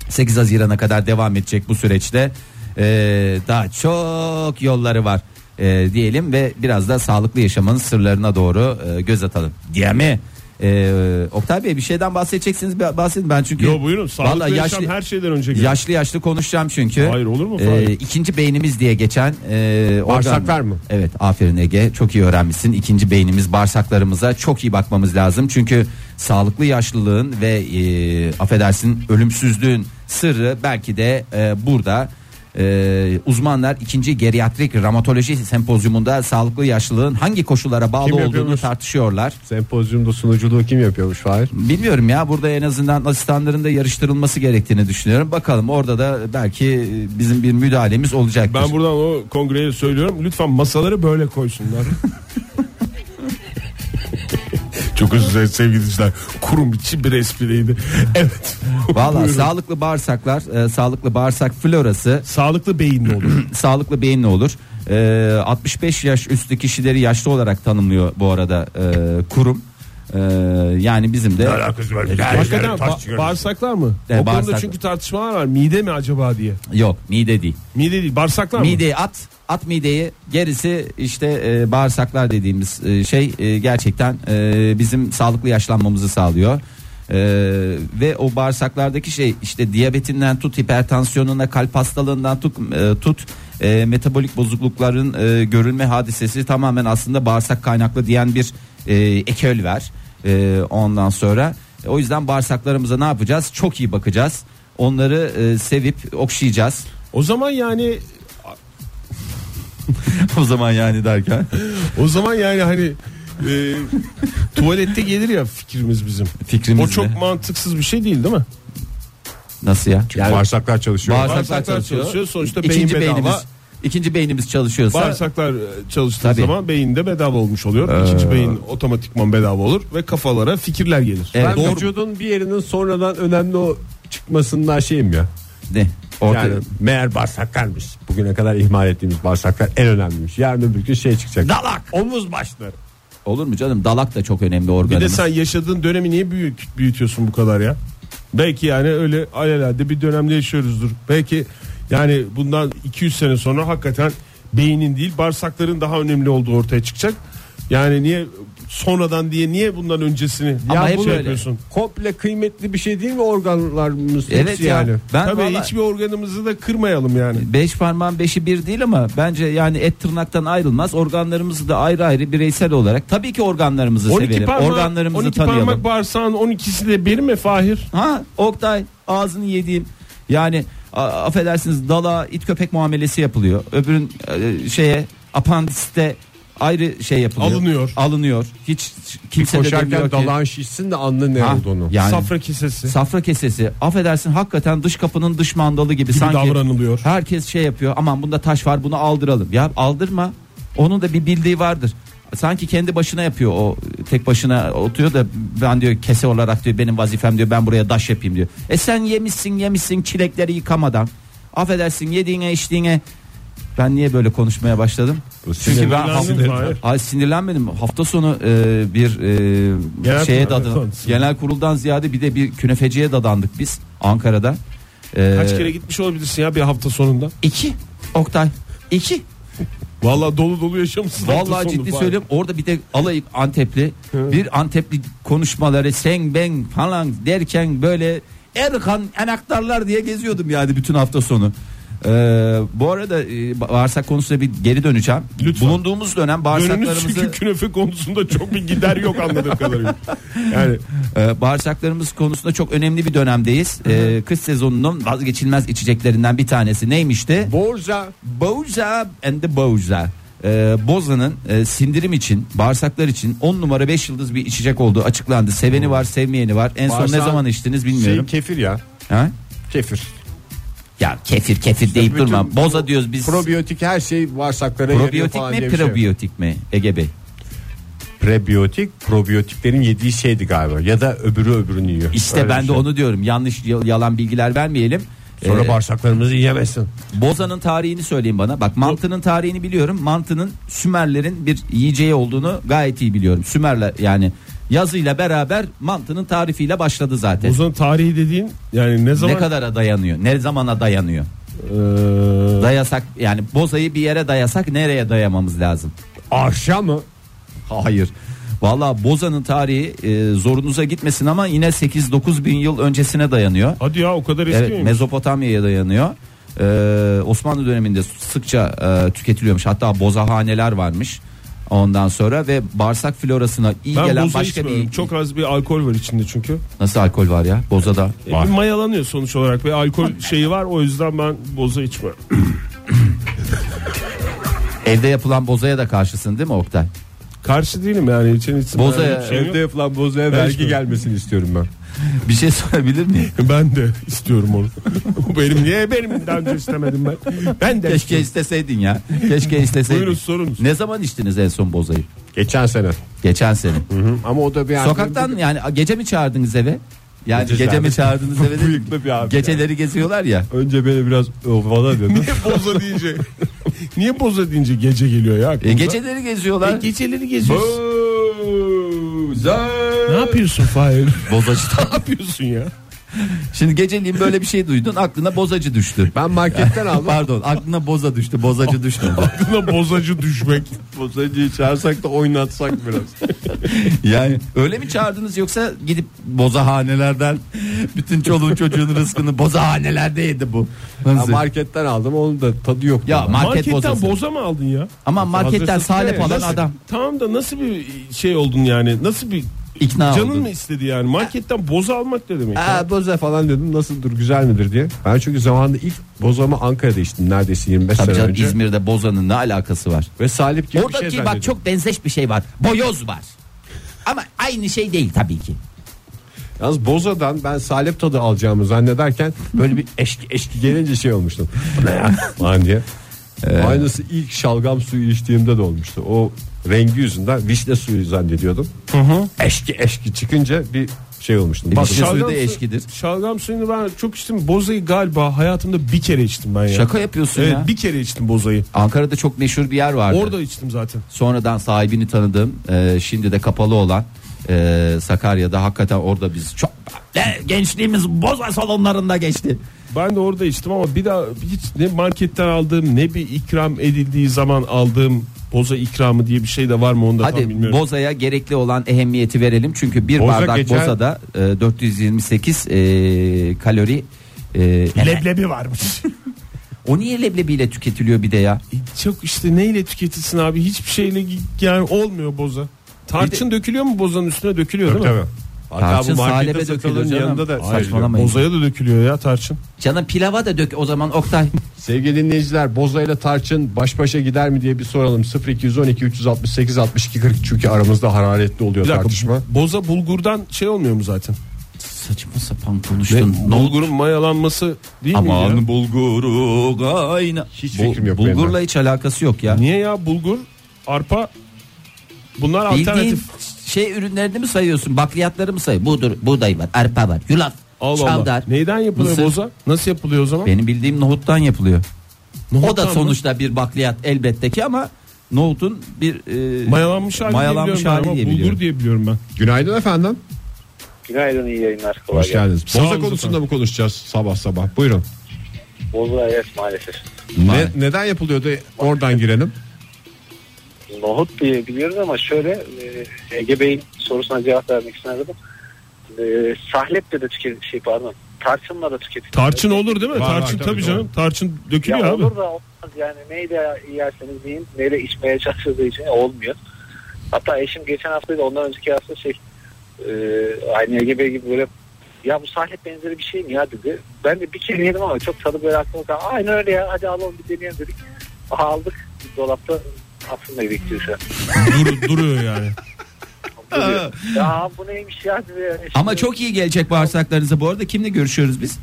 8 Haziran'a kadar devam edecek bu süreçte. Ee, daha çok yolları var ee, diyelim ve biraz da sağlıklı yaşamın sırlarına doğru e, göz atalım. Diye mi? Ee, Oktay Bey bir şeyden bahsedeceksiniz bahsedin ben çünkü
Yo buyurun sağlıklı
Vallahi
yaşam her şeyden önce gelir.
Yaşlı yaşlı konuşacağım çünkü.
Hayır, olur mu?
Ee,
Hayır.
ikinci beynimiz diye geçen e, organ-
Bağırsaklar mı?
Evet aferin Ege çok iyi öğrenmişsin. İkinci beynimiz bağırsaklarımıza çok iyi bakmamız lazım. Çünkü sağlıklı yaşlılığın ve e, affedersin ölümsüzlüğün sırrı belki de e, burada. E, uzmanlar ikinci geriatrik ramatoloji sempozyumunda sağlıklı yaşlılığın hangi koşullara bağlı
Kim
olduğunu
yapıyormuş?
tartışıyorlar.
Sempozyumda sunuculuğu kim yapıyormuş Fahir?
Bilmiyorum ya burada en azından asistanların da yarıştırılması gerektiğini düşünüyorum. Bakalım orada da belki e, bizim bir müdahalemiz olacaktır.
Ben buradan o kongreye söylüyorum lütfen masaları böyle koysunlar. *laughs* Çok özür dilerim sevgili dinleyiciler. Kurum içi bir espriydi. *laughs* Evet.
Valla
Buyurun.
sağlıklı bağırsaklar, e, sağlıklı bağırsak florası,
sağlıklı beyinli olur.
sağlıklı beyinli olur. E, 65 yaş üstü kişileri yaşlı olarak tanımlıyor bu arada e, kurum. E, yani bizim de
Alakası var.
Hakikaten
Taş
ba-
çıkarıyor.
bağırsaklar mı?
Evet,
o konuda
bağırsaklar.
çünkü tartışmalar var. Mide mi acaba diye.
yok mide değil.
Mide değil bağırsaklar mı?
Mideyi at, at mideyi. Gerisi işte e, bağırsaklar dediğimiz e, şey e, gerçekten e, bizim sağlıklı yaşlanmamızı sağlıyor. E, ve o bağırsaklardaki şey işte diyabetinden tut hipertansiyonuna kalp hastalığından tut, e, tut e, metabolik bozuklukların e, görülme hadisesi tamamen aslında bağırsak kaynaklı diyen bir e, ekol ver E, ondan sonra e, o yüzden bağırsaklarımıza ne yapacağız çok iyi bakacağız onları e, sevip okşayacağız
O zaman yani
*laughs* o zaman yani derken.
o zaman yani hani e, *laughs* tuvalette gelir ya fikrimiz bizim.
Fikrimiz
o çok
ne?
mantıksız bir şey değil değil mi?
Nasıl ya?
Yani bağırsaklar çalışıyor.
bağırsaklar,
bağırsaklar
çalışıyor.
çalışıyor, sonuçta beyin
ikinci
bedava.
beynimiz, ikinci beynimiz çalışıyorsa
Bağırsaklar e, çalıştığı
Tabii. Ee.
zaman beyinde bedava olmuş oluyor. İkinci beyin otomatikman bedava olur ve kafalara fikirler gelir.
Evet.
Ben vücudun bir yerinin sonradan önemli o çıkmasından şeyim ya.
ne? Orta,
Yani meğer bağırsaklarmış. Bugüne kadar ihmal ettiğimiz bağırsaklar en önemliymiş. Yarın öbür gün şey çıkacak. Dalak. Omuz başları.
Olur mu canım? Dalak da çok önemli
Bir de
organımız.
sen yaşadığın dönemi niye büyük büyütüyorsun bu kadar ya? Belki yani öyle alelade bir dönemde yaşıyoruzdur. Belki yani bundan 200 sene sonra hakikaten beynin değil bağırsakların daha önemli olduğu ortaya çıkacak. Yani niye sonradan diye niye bundan öncesini
Ama
ya
hep
bunu
öyle.
yapıyorsun?
Komple kıymetli bir şey değil mi organlarımız?
Evet
hepsi
ya. Ben
Tabii
vallahi-
hiçbir organımızı da kırmayalım yani.
Beş parmağın beşi bir değil ama bence yani et tırnaktan ayrılmaz. Organlarımızı da ayrı ayrı bireysel olarak tabii ki organlarımızı
12
sevelim.
parmak,
organlarımızı
12
tanıyalım.
parmak bağırsağın 12'si de bir mi Fahir?
Ha Oktay ağzını yediğim yani a- affedersiniz dala it köpek muamelesi yapılıyor. Öbürün e, şeye apandiste ayrı şey yapılıyor.
Alınıyor.
Alınıyor. Hiç kimse de demiyor
Koşarken
ki.
dalağın şişsin de anla ne
Ha,
olduğunu.
Yani
Safra kesesi
safra kesesi affedersin hakikaten dış kapının dış mandalı gibi,
gibi
sanki
davranılıyor.
herkes şey yapıyor aman bunda taş var bunu aldıralım. Ya aldırma onun da bir bildiği vardır. Sanki kendi başına yapıyor o tek başına oturuyor da ben diyor kese olarak diyor benim vazifem diyor ben buraya daş yapayım diyor. E sen yemişsin yemişsin çilekleri yıkamadan affedersin yediğine içtiğine ben niye böyle konuşmaya başladım? Çünkü ben Ee,
Sinirlendin mi Fahir?
Ay sinirlenmedim. Hafta sonu e, bir e,
Genel
şeye
kurul-
dadan,
Son- son-
genel kuruldan ziyade bir de bir künefeciye dadandık biz Ankara'da. E,
Kaç kere gitmiş olabilirsin ya bir hafta sonunda?
İki. Oktay. iki.
Vallahi dolu dolu yaşamışsın. hafta
Vallahi
sonunu
ciddi
Fahir.
söylüyorum. Orada bir de alayıp Antepli bir Antepli konuşmaları sen ben falan derken böyle Erkan anahtarlar diye geziyordum yani bütün hafta sonu. E, bu arada e, bağırsak konusuna bir geri döneceğim.
Lütfen.
Bulunduğumuz dönem
Önümüz çünkü
bağırsaklarımızı
künefe konusunda çok bir gider yok
*laughs*
anladığım kadarıyla. Yani
Ee, bağırsaklarımız konusunda çok önemli bir dönemdeyiz. Ee, kış sezonunun vazgeçilmez içeceklerinden bir tanesi neymişti?
Borza.
Boza and the Boza. Ee, Boza'nın e, sindirim için, bağırsaklar için 10 numara 5 yıldız bir içecek olduğu açıklandı. Seveni var, sevmeyeni var. En son ne
Bağırsak-
zaman içtiniz
Şey,
bilmiyorum.
kefir ya.
Ha?
Kefir.
Ya kefir kefir deyip
bütün
durma. Boza diyoruz biz.
Probiyotik her şey bağırsaklara yarıyor
probiyotik
falan
mi,
diye bir şey.
probiyotik mi Ege Bey?
Prebiyotik probiyotiklerin yediği şeydi galiba. Ya da öbürü öbürünü yiyor.
İşte
Öyle
ben
bir
de
şey.
onu diyorum. Yanlış y- yalan bilgiler vermeyelim.
Sonra
Ee,
bağırsaklarımızı yiyemezsin.
Boza'nın tarihini söyleyin bana. Bak mantının tarihini biliyorum. Mantının Sümerlerin bir yiyeceği olduğunu gayet iyi biliyorum. Sümerler yani yazıyla beraber mantının tarifiyle başladı zaten.
Bozanın tarihi dediğin yani ne zaman
Ne kadara dayanıyor? Ne zamana dayanıyor?
Ee,
Dayasak yani Boza'yı bir yere dayasak nereye dayamamız lazım?
Ahşa mı?
Hayır. Valla Boza'nın tarihi e, zorunuza gitmesin ama yine 8-9 bin yıl öncesine dayanıyor.
hadi ya o kadar eski
Evet,
miymiş?
Mezopotamya'ya dayanıyor. Ee, Osmanlı döneminde sıkça e, tüketiliyormuş. Hatta bozahaneler varmış. Ondan sonra ve bağırsak florasına iyi
ben
gelen
boza
başka
içmiyorum.
bir
Çok az bir alkol var içinde çünkü.
nasıl alkol var ya bozada.
E, bir mayalanıyor sonuç olarak
*laughs*
ve alkol şeyi var o yüzden ben boza içmiyorum.
Evde yapılan bozaya da karşısın değil mi Oktay?
Karşı değilim yani için için.
Boza
yani
ya.
bir şey yok.
Evde yapılan bozluğa vergi
içmiyorum.
gelmesini istiyorum ben.
Bir şey *laughs* sorabilir miyim?
Ben de istiyorum onu. *laughs* Bu benim niye benim daha önce istemedim ben. Ben de
Keşke isteseydin ya. Keşke isteseydin.
Buyurun, sorunuz.
Ne zaman içtiniz en son bozayı?
Geçen sene.
Geçen sene.
Ama o da bir
Sokaktan yani gece mi çağırdınız eve? Yani gece, mi çağırdınız eve? de-
Bıyıklı bir abi.
Geceleri geziyorlar ya.
Önce beni biraz ovala dedi.
Niye boza deyince? *laughs* Niye boza deyince gece geliyor ya? aklınıza?
E, geceleri geziyorlar.
geceleri geziyorsun.
Boza.
Ne yapıyorsun Fahir?
Bozacı
*laughs* ne yapıyorsun ya?
Şimdi geceliğin böyle bir şey duydun aklına bozacı düştü.
Ben marketten *laughs* aldım.
Pardon aklına boza düştü bozacı düşmedi.
Aklına bozacı düşmek.
Bozacıyı çağırsak da oynatsak biraz.
Yani öyle mi çağırdınız yoksa gidip bozahanelerden bütün çoluğun çocuğun rızkını bozahanelerde yedi bu. *laughs*
Ya
Nasıl?
marketten aldım onun da tadı yok.
Ya market
Marketten
bozası.
boza mı aldın ya?
Ama marketten
Hazırsız
salep
değil.
alan
Nasıl-
adam
Tamam da nasıl bir şey oldun yani? Nasıl bir
ikna
canın
oldu.
mı istedi yani? Marketten boza almak ne demek? ya?
Aa, boza falan dedim nasıldır güzel midir diye. Ben çünkü zamanında ilk bozamı Ankara'da içtim neredeyse 25
Tabii
sene
canım
önce.
İzmir'de bozanın ne alakası var?
Ve salip gibi
Oradaki
bir şey
bak
zannediyorum.
çok benzeş bir şey var. Boyoz var. Ama aynı şey değil tabii ki.
Yalnız bozadan ben salep tadı alacağımı zannederken böyle bir eşki eşki gelince şey olmuştum. Bu ne ya falan diye. Aynısı ilk şalgam suyu içtiğimde de olmuştu. O rengi yüzünden vişne suyu zannediyordum. Eşki eşki çıkınca bir şey olmuştum.
E,
Bak,
vişne suyu da
su-
eşkidir.
Şalgam suyunu ben çok içtim. Bozayı galiba hayatımda bir kere içtim ben ya.
Şaka yapıyorsun
Evet,
ya.
bir kere içtim bozayı.
Ankara'da çok meşhur bir yer vardı.
Orada içtim zaten.
Sonradan sahibini tanıdığım e, şimdi de kapalı olan e, Sakarya'da hakikaten orada biz çok E, gençliğimiz boza salonlarında geçti.
Ben de orada içtim ama bir daha hiç ne marketten aldığım ne bir ikram edildiği zaman aldığım boza ikramı diye bir şey de var mı onu da tam
Hadi
bilmiyorum.
bozaya gerekli olan ehemmiyeti verelim. Çünkü bir
Boza
bardak
geçen-
bozada e, 428 e, kalori e,
Leblebi varmış.
o niye leblebiyle tüketiliyor bir de ya?
*laughs* E, Çok işte neyle tüketilsin abi hiçbir şeyle gi- yani olmuyor boza. Tarçın dökülüyor mu bozanın üstüne dökülüyor değil mi?
tabii. Hatta
Tarçın
bu markette
salebe
satılanın
dökülüyor canım.
yanında da
Saçmalama. Tabii.
Bozaya da dökülüyor ya tarçın.
Canım pilava da dök o zaman Oktay.
Sevgili dinleyiciler Boza ile Tarçın baş başa gider mi diye bir soralım. 0212 368 62 40 çünkü aramızda hararetli oluyor
Bir dakika
tartışma.
boza bulgurdan şey olmuyor mu zaten?
Saçma sapan konuştun.
Ne,
E, Ne oldu?
bulgurun mayalanması değil mi ya?
Aman bulguru gayna.
Hiç fikrim yok benim de.
Bulgurla hiç alakası yok ya.
Niye ya bulgur, arpa bunlar
Bildiğin
alternatif.
şey ürünlerini mi sayıyorsun? Bakliyatları mı sayıyorsun? Budur, buğday var, arpa var, yulaf,
Allah
çavdar.
Allah. Neyden yapılıyor
mısır.
boza? Nasıl yapılıyor o zaman?
Benim bildiğim nohuttan yapılıyor.
Nohuttan
o da
mı?
sonuçta bir bakliyat elbette ki ama nohutun bir e,
Mayalanmış hali
mayalanmış
diye biliyorum
hali
ben
diye
ama
biliyorum.
bulgur diye biliyorum ben.
Günaydın efendim.
Günaydın iyi yayınlar. Kolay
Hoş geldiniz.
Sağ olun
Boza konusunda
efendim.
mı konuşacağız sabah sabah? Buyurun.
gelsin. Boza evet maalesef.
Ne, neden yapılıyordu? Oradan girelim.
Nohut diye biliyoruz ama şöyle e, Ege Bey'in sorusuna cevap vermek için aradım. E, sahleple de tüket şey pardon. Tarçınla da tüketiliyor.
Tarçın olur değil mi?
Var, var,
tarçın
tabii,
tabii, canım. Tarçın dökülüyor
ya
abi.
olur da olmaz yani neyle yerseniz yiyin neyle içmeye çalışıldığı için olmuyor. Hatta eşim geçen hafta da ondan önceki hafta şey e, aynı Ege Bey gibi böyle ya bu sahlep benzeri bir şey mi ya dedi. Ben de bir kere yedim ama çok tadı böyle aklıma kaldı. Aynen öyle ya hadi alalım bir deneyelim dedik. Aha, aldık dolapta aslında bekliyor şu an.
Dur- duruyor
*laughs*
yani.
Duruyor. ya bu neymiş ya dedi. Yani şimdi
Ama çok iyi gelecek bağırsaklarınıza. Bu arada kimle görüşüyoruz biz?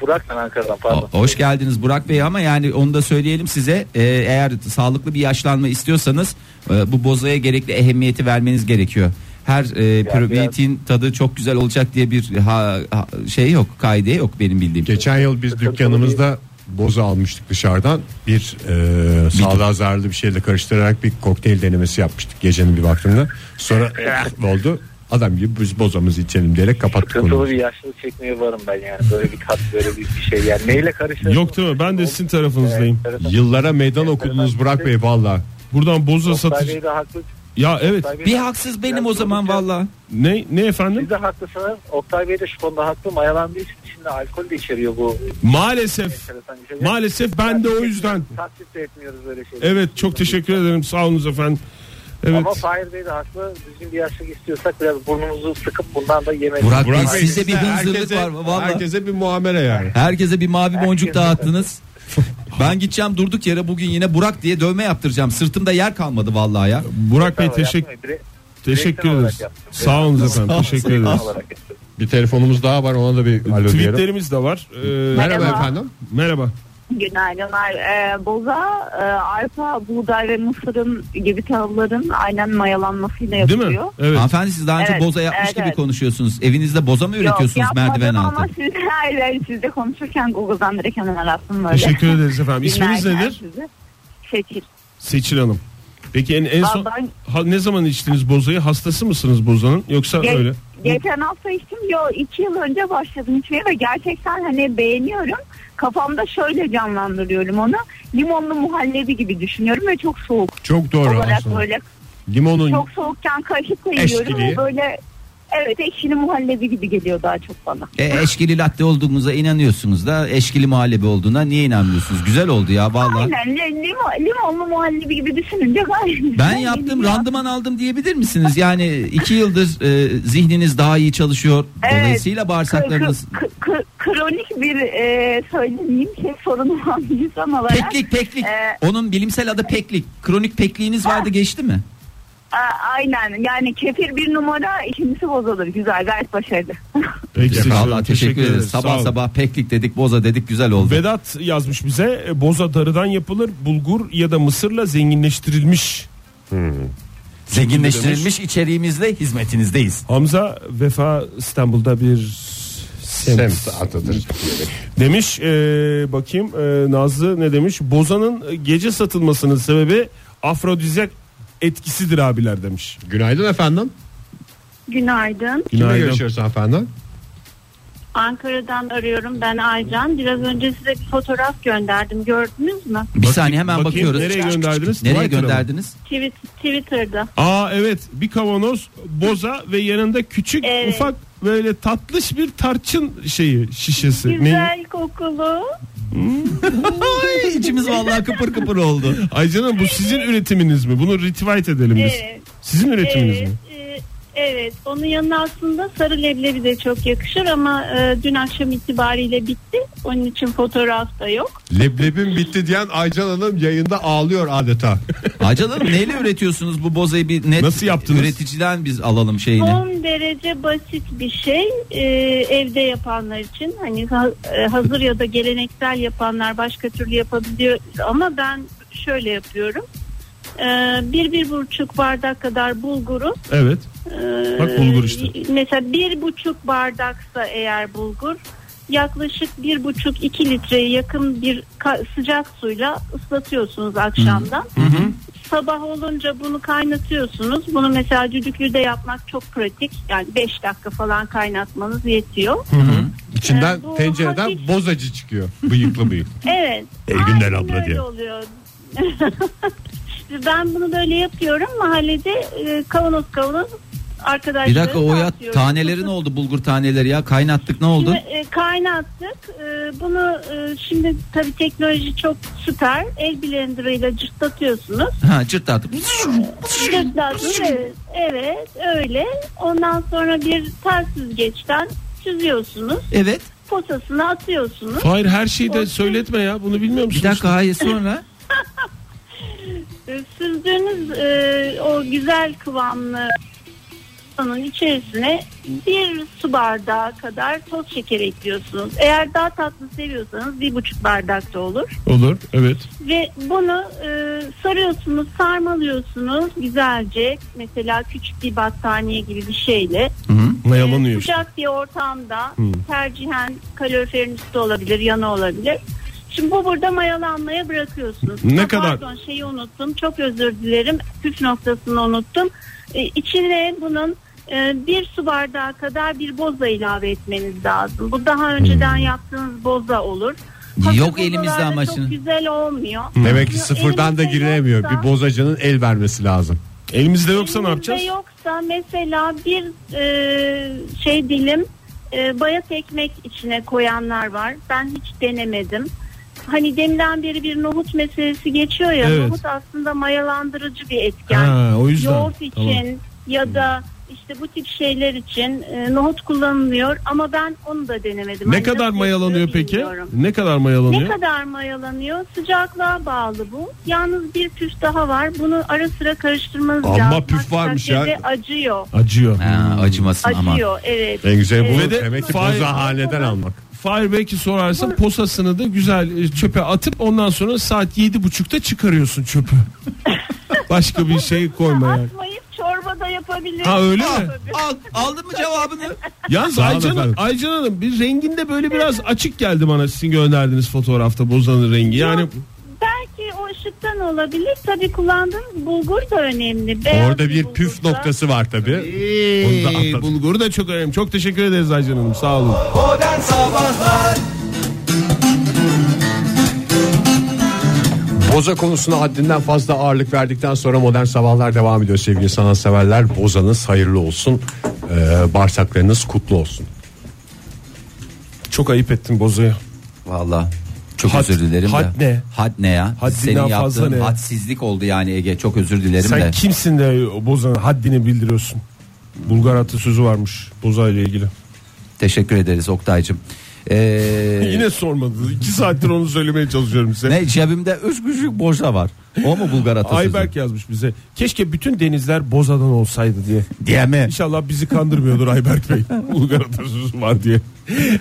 Burak ben Ankara'dan pardon.
O- Hoş geldiniz Burak Bey ama yani onu da söyleyelim size Ee, eğer sağlıklı bir yaşlanma istiyorsanız e, bu bozaya gerekli ehemmiyeti vermeniz gerekiyor. her e, piroviyetin tadı çok güzel olacak diye bir ha- ha- şey yok kaide yok benim bildiğim.
Geçen yıl biz dükkanımızda boza almıştık dışarıdan. Bir e, sağlığa zararlı bir şeyle karıştırarak bir kokteyl denemesi yapmıştık gecenin bir vaktinde. Sonra eh, oldu. Adam gibi biz bozamızı içelim diyerek kapattık
Sıkıntılı
onu.
bir yaşlılık çekmeye varım ben yani. Böyle bir kat böyle bir, bir şey yani. Neyle karışır?
Yok değil mi? Ben de sizin tarafınızdayım.
Yıllara meydan okudunuz Burak Bey valla.
Buradan boza
Oktay
satıcı.
Bey de haklı.
Ya evet.
Oktay Bey
Bir
de-
haksız benim o
Yani
zaman
durduk ya.
valla.
Ne ne efendim?
Siz de haklısınız. Oktay Bey de şu konuda haklı. Mayalandığı için içinde alkol de içeriyor bu.
Maalesef.
enteresan bir şey.
Maalesef ben de o yüzden.
Taksit de etmiyoruz böyle şeyleri.
Evet çok teşekkür ederim. Sağ olunuz efendim. Evet.
Ama Fahir Bey de haklı. Düzgün bir yaşlık istiyorsak biraz burnumuzu sıkıp bundan da yemek.
Burak,
Burak
Bey
Bey,
size E, bir hınzırlık
herkese,
var valla.
herkese bir muamele yani.
Herkese bir mavi boncuk
Herkese.
dağıttınız. Ben gideceğim durduk yere bugün yine Burak diye dövme yaptıracağım. Sırtımda yer kalmadı vallahi ya.
Burak Bey
Yapmayın,
teşekkür
direkt-
teşekkür
direksiyon olarak
ederiz.
yaptım.
Sağ olun
Direksiyon
efendim. Teşekkür
Direksiyon
ederiz.
olarak yaptım.
Bir telefonumuz daha var ona da bir alo diyelim.
Tweetlerimiz de var. Ee,
Merhaba
Merhaba.
efendim.
Merhaba.
Günaydınlar. Ee, boza, e, arpa, buğday ve mısırın gibi tahılların aynen mayalanmasıyla
Değil
yapılıyor.
mi? Evet.
Hanımefendi siz daha önce
Evet,
boza yapmış
evet,
gibi
evet.
konuşuyorsunuz. Evinizde boza mı üretiyorsunuz
Yok, yapmadım
merdiven altı?
ama siz, *laughs* hayır, hayır, siz de konuşurken Google'dan direkt hemen arattım böyle.
Teşekkür ederiz efendim. İsminiz
Dinlerken
nedir?
sizi. Seçil.
Seçil Hanım. Peki en, en son
Vallahi-
ha- ne zaman içtiniz bozayı? Hastası mısınız bozanın? Yoksa
Ge-
öyle.
Geçen hafta içtim. Yo, iki yıl önce başladım içmeye ve gerçekten hani beğeniyorum. Kafamda şöyle canlandırıyorum onu. Limonlu muhallebi gibi düşünüyorum ve çok soğuk
Çok doğru
olarak
aslında.
böyle
Limonun
çok soğukken kaşıkla yiyorum
Eşkili.
ve böyle evet ekşili muhallebi gibi geliyor daha çok bana.
E, eşkili latte olduğunuza inanıyorsunuz da eşkili muhallebi olduğuna niye inanmıyorsunuz? Güzel oldu ya vallahi.
Aynen li- limo, limonlu muhallebi gibi düşününce gayet
Ben
güzel
yaptım
geliyor.
randıman aldım diyebilir misiniz? Yani iki yıldır e, zihniniz daha iyi çalışıyor.
Evet.
Dolayısıyla
Kı- kı-
bağırsaklarınız...
kı- kı- kronik bir e, söylemeyeyim şey sorunu *laughs* var insan olarak.
Peklik peklik.
Ee,
Onun bilimsel adı peklik. Kronik pekliğiniz vardı geçti mi?
A- aynen yani kefir bir numara ikincisi bozulur güzel gayet başarılı.
Peki, Seçil Hanım,
Allah teşekkür ederiz.
Sağ
Sabah
olun.
sabah peklik dedik, boza dedik güzel oldu.
Vedat yazmış bize e, boza darıdan yapılır bulgur ya da mısırla zenginleştirilmiş.
Zenginleştirilmiş içeriğimizle hizmetinizdeyiz.
Hamza Vefa İstanbul'da bir semt.
semt atıdır.
Demiş e, bakayım e, Nazlı ne demiş? Bozanın gece satılmasının sebebi afrodizyak etkisidir abiler demiş.
Günaydın efendim.
*laughs* Günaydın.
Kimle
Günaydın.
görüşüyoruz efendim?
Ankara'dan arıyorum. Ben Aycan. Biraz önce size bir fotoğraf gönderdim. Gördünüz mü?
Bir saniye hemen
bakayım,
bakıyoruz.
nereye gönderdiniz?
Nereye
Twitter'a mı?
gönderdiniz?
Tweet, Twitter'da.
Aa evet bir kavanoz boza ve yanında küçük
Evet.
ufak böyle tatlış bir tarçın şeyi şişesi.
Güzel kokulu.
Ay, içimiz vallahi kıpır kıpır oldu.
Ay canım bu sizin üretiminiz mi? Bunu retweet edelim biz.
Evet.
Sizin üretiminiz
Evet.
mi?
e, Evet. Onun yanına aslında sarı leblebi de çok yakışır ama e, dün akşam itibariyle bitti. Onun için fotoğraf da yok.
Leblebim bitti diyen Aycan Hanım yayında ağlıyor adeta.
Acan Hanım neyle üretiyorsunuz bu bozayı bir net
Nasıl yaptınız?
üreticiden biz alalım şeyini.
Son derece basit bir şey e, evde yapanlar için hani ha- e, hazır ya da geleneksel yapanlar başka türlü yapabiliyor ama ben şöyle yapıyorum E, bir bir buçuk bardak kadar bulguru
Evet.
e,
Bak bulgur işte.
mesela bir buçuk bardaksa eğer bulgur yaklaşık bir buçuk iki litreye yakın bir ka- sıcak suyla ıslatıyorsunuz akşamdan. Sabah olunca bunu kaynatıyorsunuz. Bunu mesela düdüklü de yapmak çok pratik. Yani 5 dakika falan kaynatmanız yetiyor.
İçinden
Ee, bu
tencereden
hafif-
bozacı çıkıyor. Bıyıklı bıyık.
Evet.
İyi günler
aynen
abla
öyle
diye.
oluyor. *laughs* ben bunu böyle yapıyorum. Mahallede e, kavanoz kavanoz arkadaşlara
Bir dakika o ya
dağıtıyorum.
taneleri ne oldu bulgur taneleri ya kaynattık ne oldu?
Şimdi, e, kaynattık. E, bunu e, şimdi tabii teknoloji çok süper. El blenderıyla cırtlatıyorsunuz.
Ha cırt atıp
Cırtlattınız. Evet, evet öyle. Ondan sonra bir tel süzgeçten süzüyorsunuz.
Evet
Posasına atıyorsunuz.
Hayır her şeyi de
Olsun.
söyletme ya. Bunu bilmiyor musunuz?
bir dakika hayır sonra
E, Süzdüğünüz e, o güzel kıvamlı pastanın içerisine bir su bardağı kadar toz şekeri ekliyorsunuz. Eğer daha tatlı seviyorsanız bir buçuk bardak da olur.
Olur evet.
Ve bunu e, sarıyorsunuz, sarmalıyorsunuz güzelce. Mesela küçük bir battaniye gibi bir şeyle.
Mayalanıyor işte.
Ee, Sıcak bir ortamda tercihen kaloriferin üstü olabilir, yanı olabilir. Şimdi bu burada mayalanmaya bırakıyorsunuz.
Ne
Ha,
kadar?
Pardon şeyi unuttum. Çok özür dilerim. Püf noktasını unuttum. Ee, içine bunun e, bir su bardağı kadar bir boza ilave etmeniz lazım. Bu daha önceden
Hmm.
yaptığınız boza olur. Hazır
Yok elimizde
bozalarda
ama şimdi.
Çok güzel olmuyor.
Demek ki
Bunu
sıfırdan da
elimizde
girilemiyor.
yoksa-
Bir bozacının el vermesi lazım.
Elimizde yoksa ne
Elimizde
yapacağız?
yoksa mesela bir e, şey dilim e, bayat ekmek içine koyanlar var. Ben hiç denemedim. Hani deminden beri bir nohut meselesi geçiyor ya.
Evet.
Nohut aslında mayalandırıcı bir etken.
Ha, o yüzden.
Yoğurt için ya da işte bu tip şeyler için e, nohut kullanılıyor ama ben onu da denemedim.
Ne
Hani
kadar
nasıl
mayalanıyor
yapılıyor
peki?
bilmiyorum.
Ne kadar
Ne
mayalanıyor?
kadar mayalanıyor? Sıcaklığa bağlı bu. Yalnız bir püf daha var. Bunu ara sıra karıştırmanız
Amma
lazım.
püf
Aksi
varmış
takdirde
ya.
Acıyor.
Acıyor.
Ha, acımasın ama.
Acıyor evet.
En güzel bu.
Ve de
Demek ki
faiz-
bozahaneden almak.
Fahir belki sorarsın posasını da güzel e, çöpe atıp ondan sonra saat yedi buçukta çıkarıyorsun
*laughs*
çöpü. Başka bir şey koyma yani.
Atmayıp çorba da yapabilir.
Ha öyle mi?
Al, aldın mı cevabını?
Yalnız
Sağ olun
Aycan,
efendim.
Aycan Hanım bir renginde böyle biraz açık geldi bana sizin gönderdiğiniz fotoğrafta bozanın rengi. Yani
Belki o ışıktan olabilir. Tabii kullandığınız bulgur da önemli. Beyaz
Orada bir
bulgur
püf
da.
noktası var tabii.
Ee,
Onu da atladım.
bulguru da çok önemli. Çok teşekkür ederiz Aycan Hanım. Sağ olun.
Modern Sabahlar
Boza konusuna haddinden fazla ağırlık verdikten sonra modern sabahlar devam ediyor sevgili sanatseverler. Bozanız hayırlı olsun. Ee, bağırsaklarınız kutlu olsun.
Çok ayıp ettin bozuya.
Valla. Çok
Had-
özür dilerim
had
de.
ne?
Had ne ya?
Haddinden
Senin
fazla
yaptığın
ne?
hadsizlik oldu yani Ege. Çok özür dilerim
Sen
de.
kimsin de o bozanın haddini bildiriyorsun. Bulgar atasözü varmış boza ile ilgili.
Teşekkür ederiz Oktay'cım. Ee,
*laughs* Yine sormadınız. İki saattir onu söylemeye çalışıyorum size.
ne cebimde üç küçük borca var. O mu Bulgar atasözü?
Ayberk yazmış bize. Keşke bütün denizler bozadan olsaydı diye.
Diye mi?
İnşallah bizi kandırmıyordur
*laughs*
Ayberk Bey. Bulgar atasözü var diye.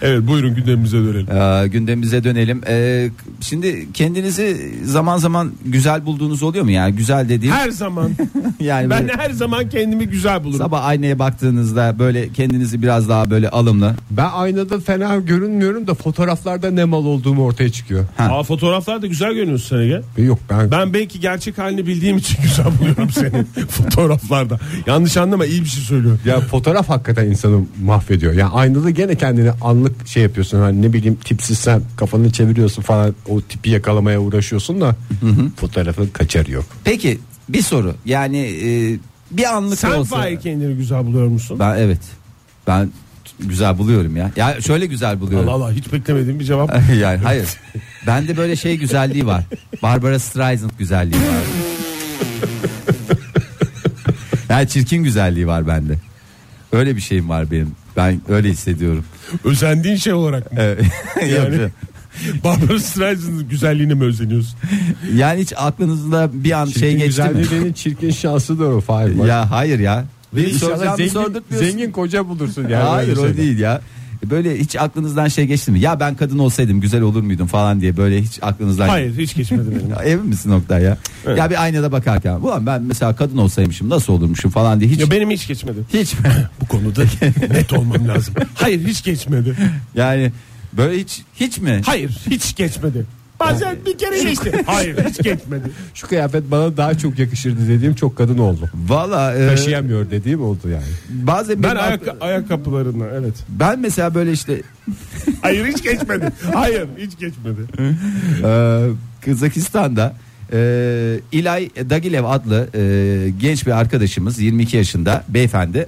Evet buyurun gündemimize dönelim.
Ee, gündemimize dönelim. Ee, şimdi kendinizi zaman zaman güzel bulduğunuz oluyor mu yani? Güzel dediğim
Her zaman
*laughs* yani
ben
böyle
her zaman kendimi güzel bulurum.
sabah aynaya baktığınızda böyle kendinizi biraz daha böyle alımlı.
Ben aynada fena görünmüyorum da fotoğraflarda ne mal olduğum ortaya çıkıyor.
Aa, fotoğraflar da güzel görünüyorsun sen Ege.
Yok ben,
Ben belki gerçek halini bildiğim için *laughs* güzel buluyorum seni *laughs* fotoğraflarda. Yanlış anlama iyi bir şey söylüyorum.
ya fotoğraf hakikaten insanı mahvediyor. Ya aynada gene kendini anlık şey yapıyorsun. Hani ne bileyim tipsizsen kafanı çeviriyorsun falan o tipi yakalamaya uğraşıyorsun da fotoğrafın kaçar yok.
Peki bir soru yani e, bir anlık
Sen
olsa.
Fahir kendini güzel buluyor musun?
Ben evet ben t- güzel buluyorum ya. Ya şöyle güzel buluyorum.
Allah Allah hiç beklemediğim bir cevap.
*laughs* yani hayır. Bende böyle şey güzelliği var. Barbara Streisand güzelliği var. yani çirkin güzelliği var bende. Öyle bir şeyim var benim. Ben öyle
*laughs*
hissediyorum.
Özendiğin şey olarak mı?
Evet. yani,
Barbara Streisand'ın güzelliğine mi özeniyorsun?
yani hiç aklınızda bir an şey
Çirkin
geçti mi?
güzelliğinin çirkin şansıdır o Fahir. Bak.
Ya hayır ya. Benim
İnşallah
soracağımı
zengin,
sordurtmuyorsun.
zengin koca bulursun. Yani
Hayır
öyle
o
şeyden.
değil ya. Böyle hiç aklınızdan şey geçti mi? Ya ben kadın olsaydım güzel olur muydum falan diye böyle hiç aklınızdan
Hayır *laughs* hiç geçmedi benim.
Ya Emin misin Oktay ya? Ya bir aynada bakarken ulan ben mesela kadın olsaymışım nasıl olurmuşum falan diye hiç
Ya benim hiç geçmedi.
hiç
Bu *laughs* konuda net olmam lazım. Hayır hiç geçmedi.
yani böyle hiç hiç mi?
Hayır hiç geçmedi. Bazen bir kere geçti. Hayır hiç geçmedi.
Şu kıyafet bana daha çok yakışırdı dediğim çok kadın oldu.
Valla e,
Taşıyamıyor dediğim oldu yani.
bazen
Ben
ben,
ayak, ayakkabılarına evet.
ben mesela böyle işte
Hayır hiç geçmedi. Hayır hiç geçmedi.
e, Kazakistan'da e, İlay Dagilev adlı e, genç bir arkadaşımız 22 yaşında beyefendi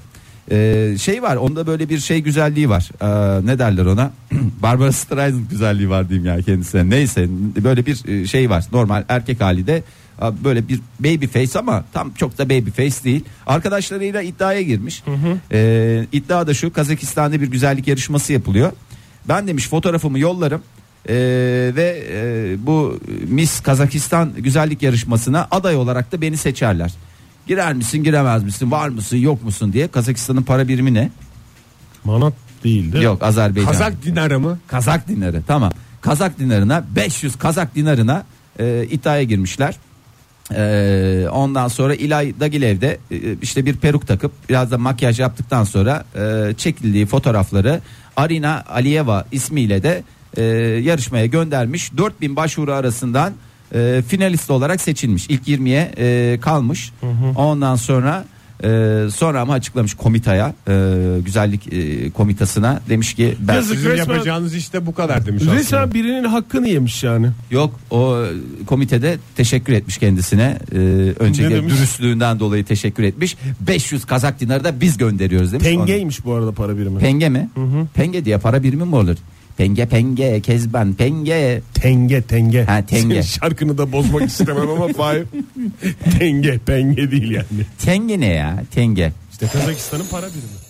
E, şey var onda böyle bir şey güzelliği var E, ne derler ona *clears throat* Barbara Streisand güzelliği var diyeyim yani kendisine neyse böyle bir e, şey var normal erkek hali de e, böyle bir baby face ama tam çok da baby face değil arkadaşlarıyla iddiaya girmiş E, iddia da şu Kazakistan'da bir güzellik yarışması yapılıyor ben demiş fotoğrafımı yollarım ee, ve e, bu Miss Kazakistan güzellik yarışmasına aday olarak da beni seçerler. Girer misin giremez misin var mısın yok musun diye Kazakistan'ın para birimi ne?
Manat değil değil mi?
Yok Azerbaycan.
Kazak dinarı mı?
Kazak dinarı tamam. Kazak dinarına 500 Kazak dinarına e, iddiaya girmişler. E, ondan sonra İlay Dagilev'de e, işte bir peruk takıp biraz da makyaj yaptıktan sonra e, çekildiği fotoğrafları Arina Aliyeva ismiyle de e, yarışmaya göndermiş. 4000 başvuru arasından e, finalist olarak seçilmiş. İlk 20'ye e, kalmış. Ondan sonra e, sonra ama açıklamış komitaya e, güzellik e, komitasına demiş ki ben
Yazık
Sizin
resmen-
yapacağınız işte bu kadar demiş aslında.
Resmen birinin hakkını yemiş yani.
Yok o komitede teşekkür etmiş kendisine. Ee, önceki
Ne demiş?
dürüstlüğünden dolayı teşekkür etmiş. 500 Kazak dinarı da biz gönderiyoruz demiş.
Pengeymiş bu arada para birimi.
Onu- Penge mi? Penge diye para birimi mi olur? Penge penge kezban penge.
Tenge tenge.
Ha, tenge.
Senin şarkını da bozmak istemem ama *laughs* Fahim. tenge penge değil yani.
Tenge ne ya? Tenge.
İşte Kazakistan'ın para birimi.